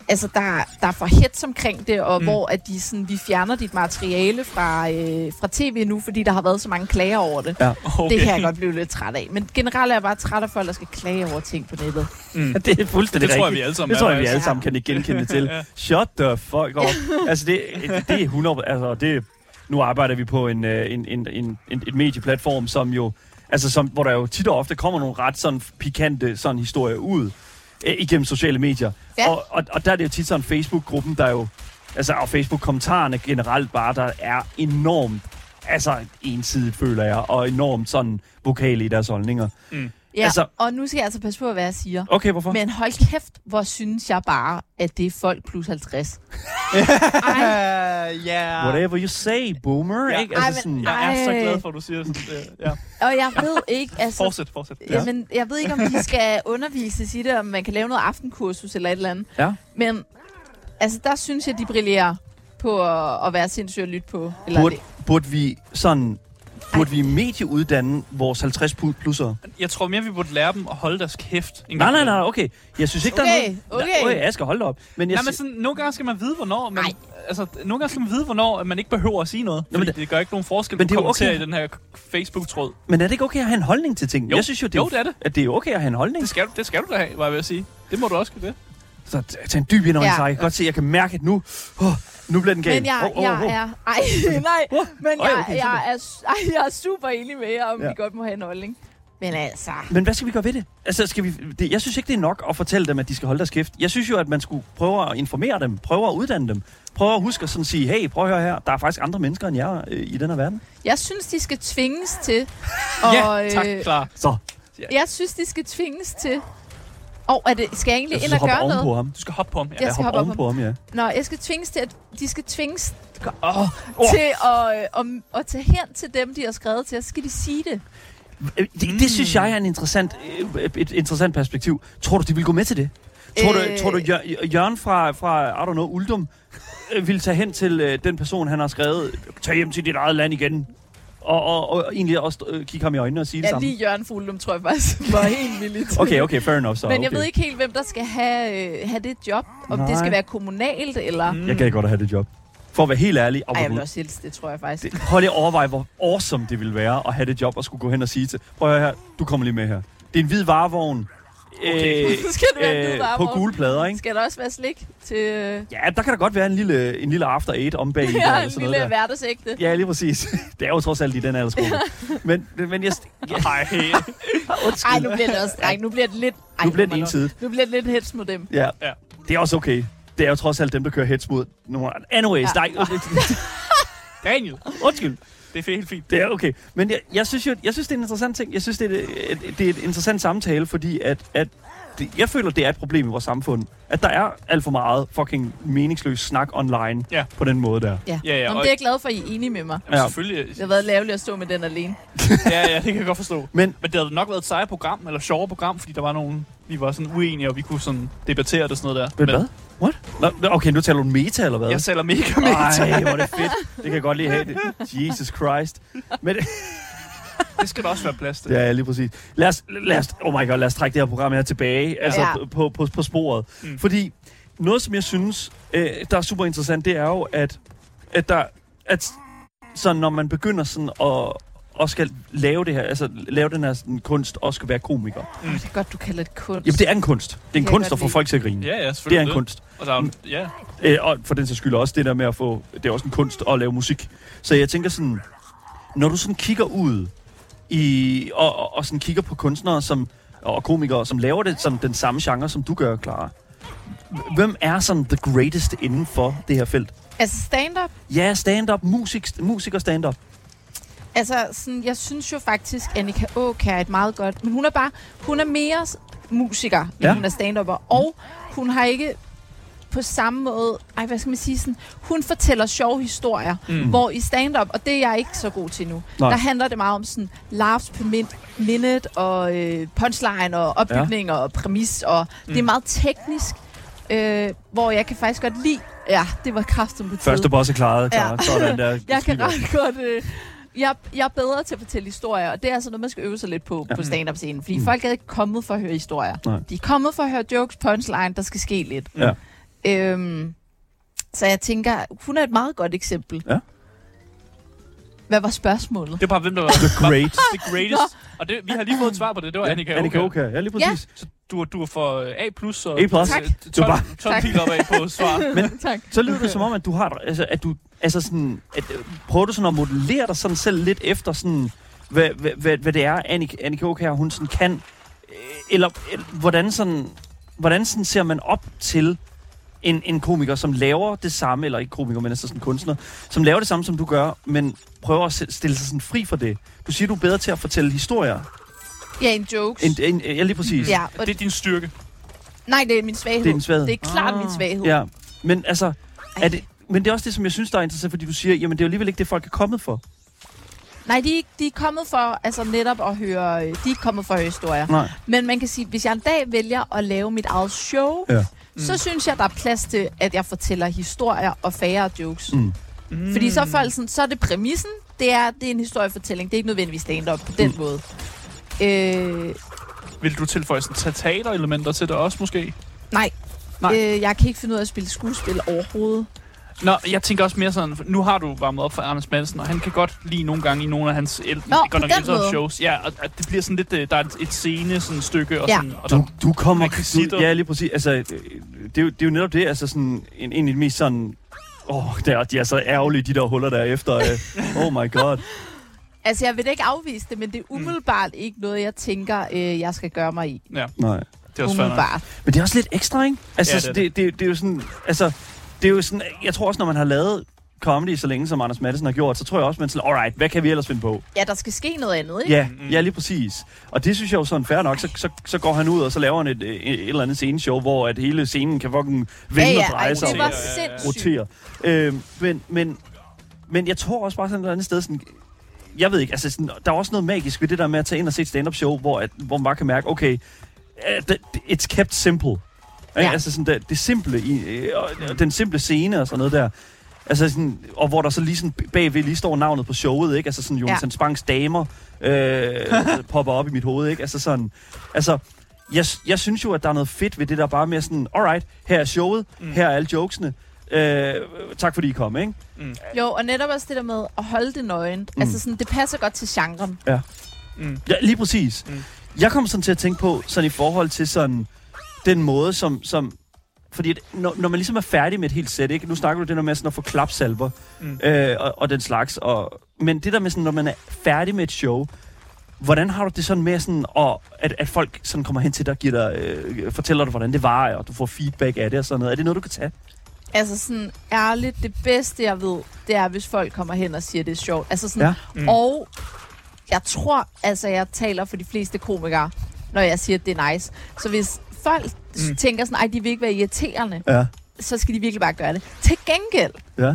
[SPEAKER 3] altså, der, der er for hets omkring det, og
[SPEAKER 2] Mm.
[SPEAKER 3] mm. hvor at de sådan, vi fjerner dit materiale fra, øh, fra tv nu, fordi der har været så mange klager over det. Okay. Det kan jeg godt blive lidt træt af. Men generelt er jeg bare træt af folk, der skal klage over ting på nettet.
[SPEAKER 1] Ja, det er fuldstændig
[SPEAKER 2] Det tror jeg,
[SPEAKER 1] rigtigt.
[SPEAKER 2] vi alle sammen
[SPEAKER 1] Det
[SPEAKER 2] er,
[SPEAKER 1] tror jeg, vi
[SPEAKER 2] faktisk.
[SPEAKER 1] alle sammen kan genkende til. Shut the fuck up. Altså, det, det er 100... Altså, det, nu arbejder vi på en, øh, en, en, en, en, en medieplatform, som jo... Altså, som, hvor der jo tit og ofte kommer nogle ret sådan pikante sådan historier ud øh, igennem sociale medier.
[SPEAKER 3] Ja.
[SPEAKER 1] Og, og, og der er det jo tit sådan Facebook-gruppen, der jo... Altså, og Facebook-kommentarerne generelt bare, der er enormt... Altså, ensidigt, føler jeg, og enormt sådan vokale i deres holdninger.
[SPEAKER 3] Ja,
[SPEAKER 1] Altså-
[SPEAKER 3] altså, og nu skal jeg altså passe på, hvad jeg siger.
[SPEAKER 1] Okay, hvorfor?
[SPEAKER 3] Men hold kæft, hvor synes jeg bare, at det er folk plus 50. Ej,
[SPEAKER 2] Uh, yeah.
[SPEAKER 1] Whatever you say, boomer,
[SPEAKER 2] Ja.
[SPEAKER 1] ikke?
[SPEAKER 3] Ej,
[SPEAKER 1] Altså,
[SPEAKER 3] men-
[SPEAKER 1] sådan,
[SPEAKER 2] Jeg er så
[SPEAKER 3] Ej.
[SPEAKER 2] glad for, at du siger sådan det. Ja.
[SPEAKER 3] og jeg ved ikke, altså...
[SPEAKER 2] Fortsæt, fortsæt.
[SPEAKER 1] Ja.
[SPEAKER 3] Ja. Jamen, jeg ved ikke, om de skal undervises i det, om man kan lave noget aftenkursus eller et eller andet.
[SPEAKER 1] Ja.
[SPEAKER 3] Men altså, der synes jeg, de brillerer på at, at være sindssyge at lytte på. Eller
[SPEAKER 1] burde,
[SPEAKER 3] det.
[SPEAKER 1] burde vi sådan Burde vi medieuddanne vores 50 plus- plusser?
[SPEAKER 2] Jeg tror mere, vi burde lære dem at holde deres kæft. En
[SPEAKER 1] Nej,
[SPEAKER 2] gang
[SPEAKER 1] nej,
[SPEAKER 2] imellem.
[SPEAKER 1] nej, okay. Jeg synes ikke, der er
[SPEAKER 3] Okay,
[SPEAKER 1] noget...
[SPEAKER 3] okay.
[SPEAKER 1] Nej, Asger, hold da op. Men jeg
[SPEAKER 2] Nej, men sådan, nogle gange skal man vide, hvornår man...
[SPEAKER 3] Nej.
[SPEAKER 2] Altså, nogle gange skal man vide, hvornår at man ikke behøver at sige noget.
[SPEAKER 1] men
[SPEAKER 2] Fordi
[SPEAKER 1] det-
[SPEAKER 2] det, det gør ikke nogen forskel,
[SPEAKER 1] men
[SPEAKER 2] men
[SPEAKER 1] det
[SPEAKER 2] det
[SPEAKER 1] er jo
[SPEAKER 2] kommenterer
[SPEAKER 1] okay.
[SPEAKER 2] okay. i den her Facebook-tråd.
[SPEAKER 1] Men er det ikke okay at have en holdning til ting?
[SPEAKER 2] Jo.
[SPEAKER 1] Jeg synes jo, det er,
[SPEAKER 2] Jo, det er det.
[SPEAKER 1] At det er okay at have en holdning.
[SPEAKER 2] Det skal, du- det skal du da have, var jeg ved at sige. Det må du også kunne det.
[SPEAKER 1] Så t- tag en dyb indånding,
[SPEAKER 3] Ja.
[SPEAKER 1] ja. Jeg kan godt se, jeg kan mærke, at nu, oh, nu bliver den gal.
[SPEAKER 3] Men jeg, jeg er... Ej, nej. Men
[SPEAKER 1] Øj,
[SPEAKER 3] jeg,
[SPEAKER 1] okay,
[SPEAKER 3] jeg, er, s- ej, jeg er super enig med jer, om
[SPEAKER 1] Ja.
[SPEAKER 3] vi godt må have en holdning. Men altså...
[SPEAKER 1] Men hvad skal vi gøre ved det? Altså, skal vi, det? Jeg synes ikke, det er nok at fortælle dem, at de skal holde deres kæft. Jeg synes jo, at man skulle prøve at informere dem, prøve at uddanne dem, prøve at huske at sådan sige, hey, prøv at høre her, der er faktisk andre mennesker end jer øh, i den her verden.
[SPEAKER 3] Jeg synes, de skal tvinges til...
[SPEAKER 2] Og, ja, tak,
[SPEAKER 3] øh,
[SPEAKER 2] klar.
[SPEAKER 1] Så,
[SPEAKER 3] Jeg synes, de skal tvinges til... Og er det, skal jeg
[SPEAKER 1] jeg
[SPEAKER 3] egentlig
[SPEAKER 1] synes,
[SPEAKER 3] ind og
[SPEAKER 1] hoppe
[SPEAKER 3] gøre
[SPEAKER 1] oven på
[SPEAKER 3] noget?
[SPEAKER 1] altså, ham.
[SPEAKER 2] Du skal hoppe på ham. Ja.
[SPEAKER 3] Ja.
[SPEAKER 1] Jeg,
[SPEAKER 3] skal
[SPEAKER 1] hopper
[SPEAKER 3] hoppe op
[SPEAKER 1] oven på ham, ja.
[SPEAKER 3] Nå, jeg skal tvinges til, at de skal tvinges
[SPEAKER 2] Åh, oh,
[SPEAKER 3] til at, øh, om, at tage hen til dem, de har skrevet til, og så skal de sige det.
[SPEAKER 1] Øh, Det,
[SPEAKER 3] Hmm.
[SPEAKER 1] det synes jeg er en interessant, øh, et interessant perspektiv. Tror du, de vil gå med til det? Tror du,
[SPEAKER 3] Øh.
[SPEAKER 1] tror du Jør- Jørgen fra, fra I don't know, Uldum, øh, vil tage hen til øh, den person, han har skrevet, tag hjem til dit eget land igen, og, og, og egentlig også øh, kigge ham i øjnene og sige det
[SPEAKER 3] Ja,
[SPEAKER 1] samme?
[SPEAKER 3] lige Jørgen Fuglum, tror jeg faktisk, var helt villig til.
[SPEAKER 1] Okay, okay, fair enough så.
[SPEAKER 3] Men jeg
[SPEAKER 1] okay.
[SPEAKER 3] ved ikke helt, hvem der skal have, øh, have det job. Om
[SPEAKER 1] Nej.
[SPEAKER 3] det skal være kommunalt, eller... Mm.
[SPEAKER 1] Jeg gad godt at have det job. For at være helt ærlig,
[SPEAKER 3] Ej, jeg vil
[SPEAKER 1] apropos,
[SPEAKER 3] også hilse det, tror jeg faktisk.
[SPEAKER 1] det, prøv lige at overveje, hvor awesome det ville være at have det job og skulle gå hen og sige til, prøv at høre her, du kommer lige med her. Det er en hvid varevogn. øh,
[SPEAKER 2] Okay.
[SPEAKER 3] Skal det være en hvid
[SPEAKER 1] På
[SPEAKER 3] varevogn?
[SPEAKER 1] gule plader, ikke?
[SPEAKER 3] Skal der også være slik til øh,
[SPEAKER 1] Ja, der kan da godt være en lille, en lille after eight om bag i der,
[SPEAKER 3] ja,
[SPEAKER 1] eller
[SPEAKER 3] en
[SPEAKER 1] sådan
[SPEAKER 3] lille
[SPEAKER 1] noget der.
[SPEAKER 3] hverdagsægte?
[SPEAKER 1] Ja, lige præcis. Det er jo trods alt i den aldersgruppe. Men, men jeg... Nej.
[SPEAKER 3] Ej, nu bliver det også... Ej, nu bliver det lidt... Ej,
[SPEAKER 1] Nu bliver det
[SPEAKER 3] nu må du-
[SPEAKER 1] ensidigt.
[SPEAKER 3] Nu bliver det lidt hets mod dem.
[SPEAKER 1] Ja.
[SPEAKER 2] Ja.
[SPEAKER 1] Det er også okay. Det er jo trods alt dem, der kører heads mod nogle andre. Anyways,
[SPEAKER 3] Ja.
[SPEAKER 1] nej.
[SPEAKER 2] Daniel,
[SPEAKER 1] Undskyld.
[SPEAKER 2] det er helt fint.
[SPEAKER 1] Det er okay. Men jeg, jeg synes jo, jeg synes, det er en interessant ting. Jeg synes, det er et, et, det er et interessant samtale, fordi at, at det, jeg føler, det er et problem i vores samfund. At der er alt for meget fucking meningsløs snak online
[SPEAKER 2] Ja.
[SPEAKER 1] på den måde der.
[SPEAKER 3] Ja,
[SPEAKER 2] Ja, ja,
[SPEAKER 3] Nå, men
[SPEAKER 2] og-
[SPEAKER 3] det er jeg glad for, at I er enige med mig.
[SPEAKER 2] Jamen,
[SPEAKER 1] Ja.
[SPEAKER 2] ja. selvfølgelig.
[SPEAKER 3] Det har været laveligt at stå med den alene.
[SPEAKER 2] Ja, ja, det kan jeg godt forstå.
[SPEAKER 1] Men-
[SPEAKER 2] Men det havde nok været et sejere program, eller sjovere program, fordi der var nogle... Vi var sådan uenige, og vi kunne sådan debattere det og sådan noget der.
[SPEAKER 1] Men hvad? What? Nå, okay, nu taler du meta, eller hvad?
[SPEAKER 2] Jeg sælger mega meta.
[SPEAKER 1] Ej, hvor er det fedt. Det kan jeg godt lige have det. Jesus Christ. Men,
[SPEAKER 2] Det skal der også være plads til.
[SPEAKER 1] ja, lige præcis. Lad os, lad os, oh my god, lad os trække det her program her tilbage. Altså
[SPEAKER 3] Ja.
[SPEAKER 1] ja. på, på, på sporet. Mm.
[SPEAKER 2] Mm.
[SPEAKER 1] Fordi noget, som jeg synes, øh, der er super interessant, det er jo, at, at der... At, så når man begynder sådan at og skal lave det her, altså lave den her sådan, kunst, og skal være komiker.
[SPEAKER 3] Åh, det er godt, du kalder det kunst.
[SPEAKER 1] Mm. Jamen, det er en kunst. Det er en
[SPEAKER 3] kan
[SPEAKER 1] kunst
[SPEAKER 3] godt
[SPEAKER 1] at få
[SPEAKER 3] lide.
[SPEAKER 1] folk til at grine.
[SPEAKER 2] Ja, ja,
[SPEAKER 1] det er
[SPEAKER 2] selvfølgelig.
[SPEAKER 1] en kunst.
[SPEAKER 2] Og der er, jo- ja,
[SPEAKER 1] Øh, og for den sags skyld også det der med at få... Det er også en kunst at lave musik. Så jeg tænker sådan... Når du sådan kigger ud i, og, og, og sådan kigger på kunstnere som, og komikere, som laver det som den samme genre, som du gør, Clara. Hvem er sådan the greatest inden for det her felt?
[SPEAKER 3] Altså stand-up,
[SPEAKER 1] Ja, stand-up, musik, musik og stand-up.
[SPEAKER 3] altså sådan, jeg synes jo faktisk, Annika Åkær er et meget godt, men hun er bare, hun er mere s- musiker, end
[SPEAKER 1] Ja.
[SPEAKER 3] ja. hun er stand og hun har ikke på samme måde, ej, hvad skal man sige, sådan, hun fortæller sjove historier, mm. hvor i stand-up, og det er jeg ikke så god til nu,
[SPEAKER 1] Nej.
[SPEAKER 3] Nej. der handler det meget om sådan, laughs per min- minute, og øh, punchline, og opbygning, ja. og præmis, og mm. det er meget teknisk, øh, hvor jeg kan faktisk godt lide, ja, det var kraften på tide.
[SPEAKER 1] Første boss er klaret, Clara.
[SPEAKER 3] Ja.
[SPEAKER 1] Ja. Sådan der.
[SPEAKER 3] Jeg kan ret godt... Øh, jeg, jeg er bedre til at fortælle historier, og det er altså noget, man skal øve sig lidt på ja. på stand-up-scenen. Fordi mm. folk er ikke kommet for at høre historier.
[SPEAKER 1] Nej.
[SPEAKER 3] De er kommet for at høre jokes, punchline, der skal ske lidt.
[SPEAKER 1] Ja.
[SPEAKER 3] Øhm, så jeg tænker, hun er et meget godt eksempel.
[SPEAKER 1] Ja.
[SPEAKER 3] Hvad var spørgsmålet?
[SPEAKER 2] det er bare, hvem der var the,
[SPEAKER 1] Great.
[SPEAKER 2] the greatest. Og det, vi har lige fået et svar på det. Det var Annika
[SPEAKER 1] Annika
[SPEAKER 2] Åkær.
[SPEAKER 1] Oka. Ja, lige præcis. Ja.
[SPEAKER 2] Du, du er for øh, A+, plus og
[SPEAKER 1] A+. Tak.
[SPEAKER 2] øh,
[SPEAKER 1] Du er
[SPEAKER 2] 12,
[SPEAKER 1] bare-
[SPEAKER 2] 12
[SPEAKER 3] Tak.
[SPEAKER 2] pil opad på svar.
[SPEAKER 1] Men-
[SPEAKER 3] tak.
[SPEAKER 1] Så lyder det som om, at du har... et- Altså, at du, altså sådan, at, øh, prøver du sådan at modellere dig sådan selv lidt efter, sådan, hvad, hvad, hvad, hvad det er, Annika, Annika Aakjær, hun sådan kan? Øh, Eller, eller hvordan, sådan, hvordan sådan ser man op til en, en komiker, som laver det samme, eller ikke komiker, men altså sådan en kunstner, som laver det samme, som du gør, men prøver at se- stille sig sådan fri for det. Du siger, du er bedre til at fortælle historier.
[SPEAKER 3] Ja, en jokes.
[SPEAKER 1] End, end, ja, lige præcis.
[SPEAKER 3] ja, og,
[SPEAKER 2] Det er din styrke.
[SPEAKER 3] nej, det er min svaghed.
[SPEAKER 1] Det er en svaghed.
[SPEAKER 3] Det er klart min svaghed.
[SPEAKER 1] Ja, men altså...
[SPEAKER 3] Ej.
[SPEAKER 1] Er det, men det er også det, som jeg synes, der er interessant, fordi du siger, jamen det er jo alligevel ikke det, folk er kommet for.
[SPEAKER 3] Nej, de, er ikke- de er kommet for altså netop at høre... øh, De er ikke kommet for at høre historier.
[SPEAKER 1] Nej.
[SPEAKER 3] Men man kan sige, at hvis jeg en dag vælger at lave mit eget show,
[SPEAKER 1] Ja.
[SPEAKER 3] ja. Mm. så synes jeg, der er plads til, at jeg fortæller historier og færre jokes.
[SPEAKER 1] Mm.
[SPEAKER 3] Mm. Fordi så er folk sådan, så er det præmissen, det er, det er en historiefortælling. Det er ikke nødvendigvis stand-up på den måde. Øh,
[SPEAKER 2] Vil du tilføje sådan teaterelementer til det også, måske?
[SPEAKER 3] nej.
[SPEAKER 2] Nej.
[SPEAKER 3] Øh, jeg kan ikke finde ud af at spille skuespil overhovedet.
[SPEAKER 2] Nå, jeg tænker også mere sådan, nu har du varmet op for Anders Madsen, og han kan godt lide nogle gange i nogle af hans ældre,
[SPEAKER 3] Nå, på
[SPEAKER 2] godt nok
[SPEAKER 3] den
[SPEAKER 2] ældre
[SPEAKER 3] måde.
[SPEAKER 2] shows. Ja, og og det bliver sådan lidt, øh, der er et- et scene, sådan et stykke, og,
[SPEAKER 3] Ja.
[SPEAKER 2] sådan, og
[SPEAKER 1] Du,
[SPEAKER 2] der,
[SPEAKER 1] du kommer...
[SPEAKER 2] Rekvisitter.
[SPEAKER 1] Du, ja, lige præcis. Altså, øh, det, er jo, det er jo netop det, altså sådan, en, en af de mest sådan... Åh, oh, der, de er så ærgerlige, de der huller der efter. Øh. Oh my god.
[SPEAKER 3] Altså, jeg vil da ikke afvise det, men det er umiddelbart mm. ikke noget, jeg tænker, øh, jeg skal gøre mig i.
[SPEAKER 1] Nej.
[SPEAKER 2] det er også fair nok.
[SPEAKER 3] Umiddelbart.
[SPEAKER 1] Men det er også lidt ekstra, ikke? Altså,
[SPEAKER 2] Ja,
[SPEAKER 1] ja,
[SPEAKER 2] det er
[SPEAKER 1] det, det, det, det er jo sådan... Altså, det er jo sådan... Jeg tror også, når man har lavet comedy så længe, som Anders Madsen har gjort, så tror jeg også, man er sådan, alright, hvad kan vi ellers finde på?
[SPEAKER 3] Ja, der skal ske noget andet, ikke?
[SPEAKER 1] Ja, ja, lige præcis. Og det synes jeg jo sådan fair nok. Så, så, så går han ud, og så laver han et, øh, et, et eller andet sceneshow, hvor at hele scenen kan fucking vende
[SPEAKER 3] ja,
[SPEAKER 1] og
[SPEAKER 3] ej,
[SPEAKER 1] dreje sig.
[SPEAKER 3] det
[SPEAKER 1] om-
[SPEAKER 3] var
[SPEAKER 2] Ja, ja, ja.
[SPEAKER 3] sindssygt.
[SPEAKER 1] rotere. Øh, men, men, men jeg tror også bare sådan et eller andet sted, sådan, jeg ved ikke, altså sådan, der er også noget magisk ved det der med at tage ind og se et stand-up show, hvor, at, hvor man bare kan mærke, okay, øh, det- det- it's kept simple. Ja.
[SPEAKER 3] Ja.
[SPEAKER 1] Altså sådan det, det simple, i, øh, og- og den simple scene og sådan noget der. Altså sådan, og hvor der så lige sådan bagved lige står navnet på showet, ikke? Altså sådan Jonathan ja. Spangs damer øh, popper op i mit hoved, ikke? Altså sådan, altså, jeg, jeg synes jo, at der er noget fedt ved det der bare med sådan, alright, her er showet, mm. her er alle jokesene, øh, tak fordi I kom, ikke?
[SPEAKER 3] Jo, og netop også det der med at holde det nøgent. Mm. Altså, sådan, det passer godt til genren.
[SPEAKER 1] Ja, lige præcis.
[SPEAKER 2] Mm.
[SPEAKER 1] Mm. Jeg kom sådan til at tænke på, sådan i forhold til sådan, den måde, som... som fordi at når, når man ligesom er færdig med et helt sæt, ikke? Nu snakker du det der med sådan at få klapsalver
[SPEAKER 2] Mm.
[SPEAKER 1] mm. øh, og, og den slags. Og, men det der med sådan, når man er færdig med et show, hvordan har du det sådan med, sådan, og, at, at folk sådan kommer hen til dig og giver dig, øh, fortæller dig, hvordan det var, og du får feedback af det og sådan noget? Er det noget, du kan tage?
[SPEAKER 3] Altså sådan, ærligt, det bedste jeg ved, det er, hvis folk kommer hen og siger, det er sjovt. Altså sådan,
[SPEAKER 1] Ja.
[SPEAKER 3] mm. og jeg tror, altså jeg taler for de fleste komikere, når jeg siger, at det er nice. Så hvis folk mm. tænker sådan, ej, de vil ikke være irriterende,
[SPEAKER 1] Ja.
[SPEAKER 3] så skal de virkelig bare gøre det. Til gengæld,
[SPEAKER 1] Ja.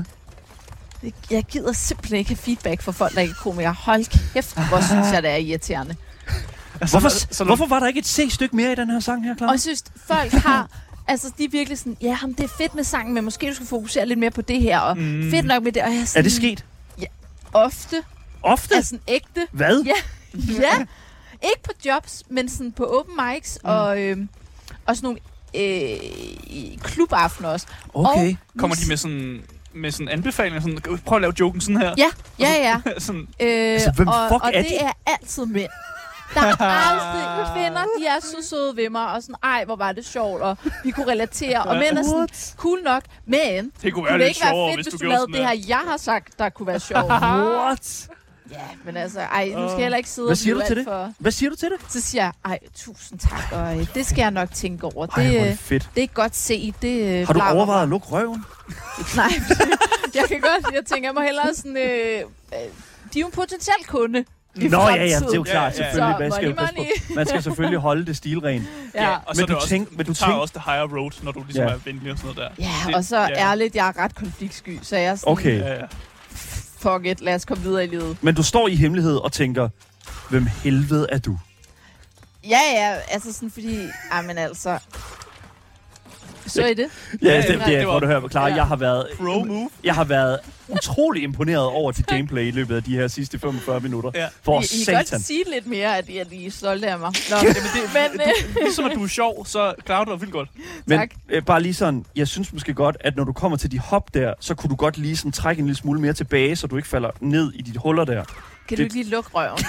[SPEAKER 3] jeg gider simpelthen ikke have feedback fra folk, der ikke er komikere. Hold kæft, hvor synes jeg, det er irriterende.
[SPEAKER 1] Hvorfor,
[SPEAKER 2] Altså, så- så-
[SPEAKER 1] hvorfor var der ikke et C-stykke mere i den her sang her,
[SPEAKER 3] Og
[SPEAKER 1] Clara?
[SPEAKER 3] jeg synes, folk har... Altså, de er virkelig sådan, ja, jamen, det er fedt med sangen, men måske du skal fokusere lidt mere på det her, og mm. fedt nok med det. Og jeg
[SPEAKER 1] Er
[SPEAKER 3] sådan,
[SPEAKER 1] det sket?
[SPEAKER 3] Ofte.
[SPEAKER 1] Ofte?
[SPEAKER 3] Altså, sådan ægte.
[SPEAKER 1] Hvad?
[SPEAKER 3] Ja, ja. Ikke på jobs, men sådan på open mics mm. og, øh, og sådan nogle øh, i klubaftener også.
[SPEAKER 1] Okay.
[SPEAKER 3] Og
[SPEAKER 2] Kommer de med sådan, med sådan anbefalinger, sådan, prøv at lave joken sådan her.
[SPEAKER 3] Ja, ja, ja.
[SPEAKER 2] sådan,
[SPEAKER 3] Øh,
[SPEAKER 1] Altså, hvem
[SPEAKER 3] og,
[SPEAKER 1] fuck
[SPEAKER 3] og
[SPEAKER 1] er
[SPEAKER 3] det
[SPEAKER 1] de?
[SPEAKER 3] er altid mænd. Der er aldrig kvinder, de er så søde ved mig, og sådan, ej, hvor var det sjovt, og vi kunne relatere, og mænd er sådan, cool nok, men
[SPEAKER 2] det kunne være
[SPEAKER 3] kunne det
[SPEAKER 2] lidt
[SPEAKER 3] ikke være
[SPEAKER 2] sjovere,
[SPEAKER 3] fedt,
[SPEAKER 2] hvis du,
[SPEAKER 3] hvis du
[SPEAKER 2] gjorde
[SPEAKER 3] lavede
[SPEAKER 2] sådan
[SPEAKER 3] det
[SPEAKER 2] her.
[SPEAKER 3] her, jeg har sagt, der kunne være sjovt?
[SPEAKER 1] What?
[SPEAKER 3] ja, men altså, ej, nu skal jeg heller ikke sidde
[SPEAKER 1] Hvad
[SPEAKER 3] og
[SPEAKER 1] siger du
[SPEAKER 3] blive
[SPEAKER 1] til
[SPEAKER 3] alt
[SPEAKER 1] det?
[SPEAKER 3] For...
[SPEAKER 1] Hvad siger du til det?
[SPEAKER 3] Så siger jeg, ej, tusind tak, og øh, det skal jeg nok tænke over. Det,
[SPEAKER 1] Ej, hvor er
[SPEAKER 3] øh,
[SPEAKER 1] det fedt.
[SPEAKER 3] det er godt set. Det, øh,
[SPEAKER 1] Har du
[SPEAKER 3] bla, bla, bla.
[SPEAKER 1] overvejet at lukke røven?
[SPEAKER 3] Nej, jeg kan godt, jeg tænker, jeg må hellere sådan, øh, øh, de er jo en potentiel kunde. I
[SPEAKER 1] Nå, ja, ja, det er jo
[SPEAKER 3] fremtiden.
[SPEAKER 1] klart,
[SPEAKER 2] Ja, ja, ja.
[SPEAKER 1] selvfølgelig. Man
[SPEAKER 3] Så
[SPEAKER 1] skal, jo
[SPEAKER 3] money,
[SPEAKER 1] passe på. man skal selvfølgelig holde det stilren.
[SPEAKER 3] Ja,
[SPEAKER 2] og så
[SPEAKER 1] Men
[SPEAKER 2] er det
[SPEAKER 1] du
[SPEAKER 2] også,
[SPEAKER 1] tænk- men
[SPEAKER 2] du,
[SPEAKER 1] du
[SPEAKER 2] tager
[SPEAKER 1] tænk-
[SPEAKER 2] også the higher road, når du ligesom
[SPEAKER 1] Ja.
[SPEAKER 2] er venlig og sådan noget der.
[SPEAKER 3] ja
[SPEAKER 2] Det-
[SPEAKER 3] og så
[SPEAKER 2] ja.
[SPEAKER 3] ærligt, jeg er ret konfliktsky, så jeg er sådan,
[SPEAKER 1] Okay,
[SPEAKER 2] Ja, ja.
[SPEAKER 3] fuck it, lad os komme videre i livet.
[SPEAKER 1] men du står i hemmelighed og tænker, hvem helvede er du?
[SPEAKER 3] Ja, ja, altså sådan, fordi, ej, men altså, så er det.
[SPEAKER 1] Ja,
[SPEAKER 2] ja,
[SPEAKER 1] det, det,
[SPEAKER 2] det
[SPEAKER 1] er,
[SPEAKER 2] var-
[SPEAKER 1] hvor du hører, Clara,
[SPEAKER 3] Ja.
[SPEAKER 1] jeg har været...
[SPEAKER 2] Pro move.
[SPEAKER 1] Jeg har været utrolig imponeret over dit gameplay i løbet af de her sidste 45 minutter.
[SPEAKER 2] Ja.
[SPEAKER 1] For
[SPEAKER 3] I, I kan godt
[SPEAKER 1] satan.
[SPEAKER 3] sige lidt mere, at I er lige stolte af mig. Nå,
[SPEAKER 2] Jamen,
[SPEAKER 3] men,
[SPEAKER 2] det,
[SPEAKER 3] øh,
[SPEAKER 2] du, ligesom at du er sjov, så klarer du dig vildt godt.
[SPEAKER 1] Men
[SPEAKER 3] tak.
[SPEAKER 1] øh, bare lige sådan, jeg synes måske godt, at når du kommer til de hop der, så kunne du godt lige sådan trække en lille smule mere tilbage, så du ikke falder ned i dit huller der.
[SPEAKER 3] kan du
[SPEAKER 1] det-
[SPEAKER 3] ikke lige lukke røven?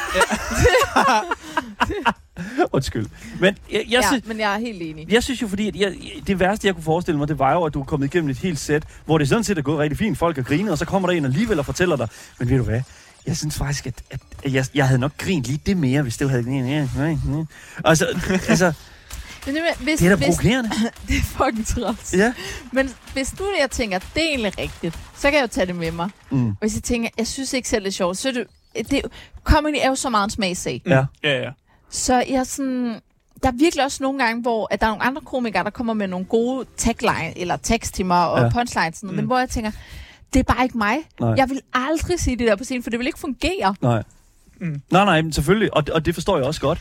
[SPEAKER 1] Undskyld. Men jeg, jeg, ja.
[SPEAKER 3] Ja, men jeg er helt enig.
[SPEAKER 1] Jeg synes jo, fordi at jeg, det værste, jeg kunne forestille mig, det var jo, at du er kommet igennem et helt sæt, hvor det sådan set er gået rigtig fint. Folk har grinet, og så kommer der en alligevel og fortæller dig, men ved du hvad, jeg synes faktisk, at, at at jeg, jeg havde nok grint lige det mere, hvis det havde grinet. Altså, altså,
[SPEAKER 3] Men det, med- hvis,
[SPEAKER 1] det er da
[SPEAKER 3] hvis,
[SPEAKER 1] provokerende.
[SPEAKER 3] det er fucking træls.
[SPEAKER 1] Ja.
[SPEAKER 3] Men hvis nu jeg tænker, det er egentlig rigtigt, så kan jeg jo tage det med mig.
[SPEAKER 1] Mm.
[SPEAKER 3] Hvis jeg tænker, jeg synes ikke selv, det er sjovt, så er det, det er jo- comedy er jo så meget en smagsag.
[SPEAKER 1] Ja.
[SPEAKER 2] Ja, ja.
[SPEAKER 3] Så jeg er sådan, der er virkelig også nogle gange, hvor at der er nogle andre komikere, der kommer med nogle gode tagline, eller tekst til mig, og ja.
[SPEAKER 1] Ja.
[SPEAKER 3] punchlines, sådan, mm. men hvor jeg tænker, det er bare ikke mig.
[SPEAKER 1] Nej.
[SPEAKER 3] Jeg vil aldrig sige det der på scenen, for det vil ikke fungere.
[SPEAKER 1] Nej.
[SPEAKER 2] Mm.
[SPEAKER 1] Mm. Nej, nej, men selvfølgelig, og, og det forstår jeg også godt.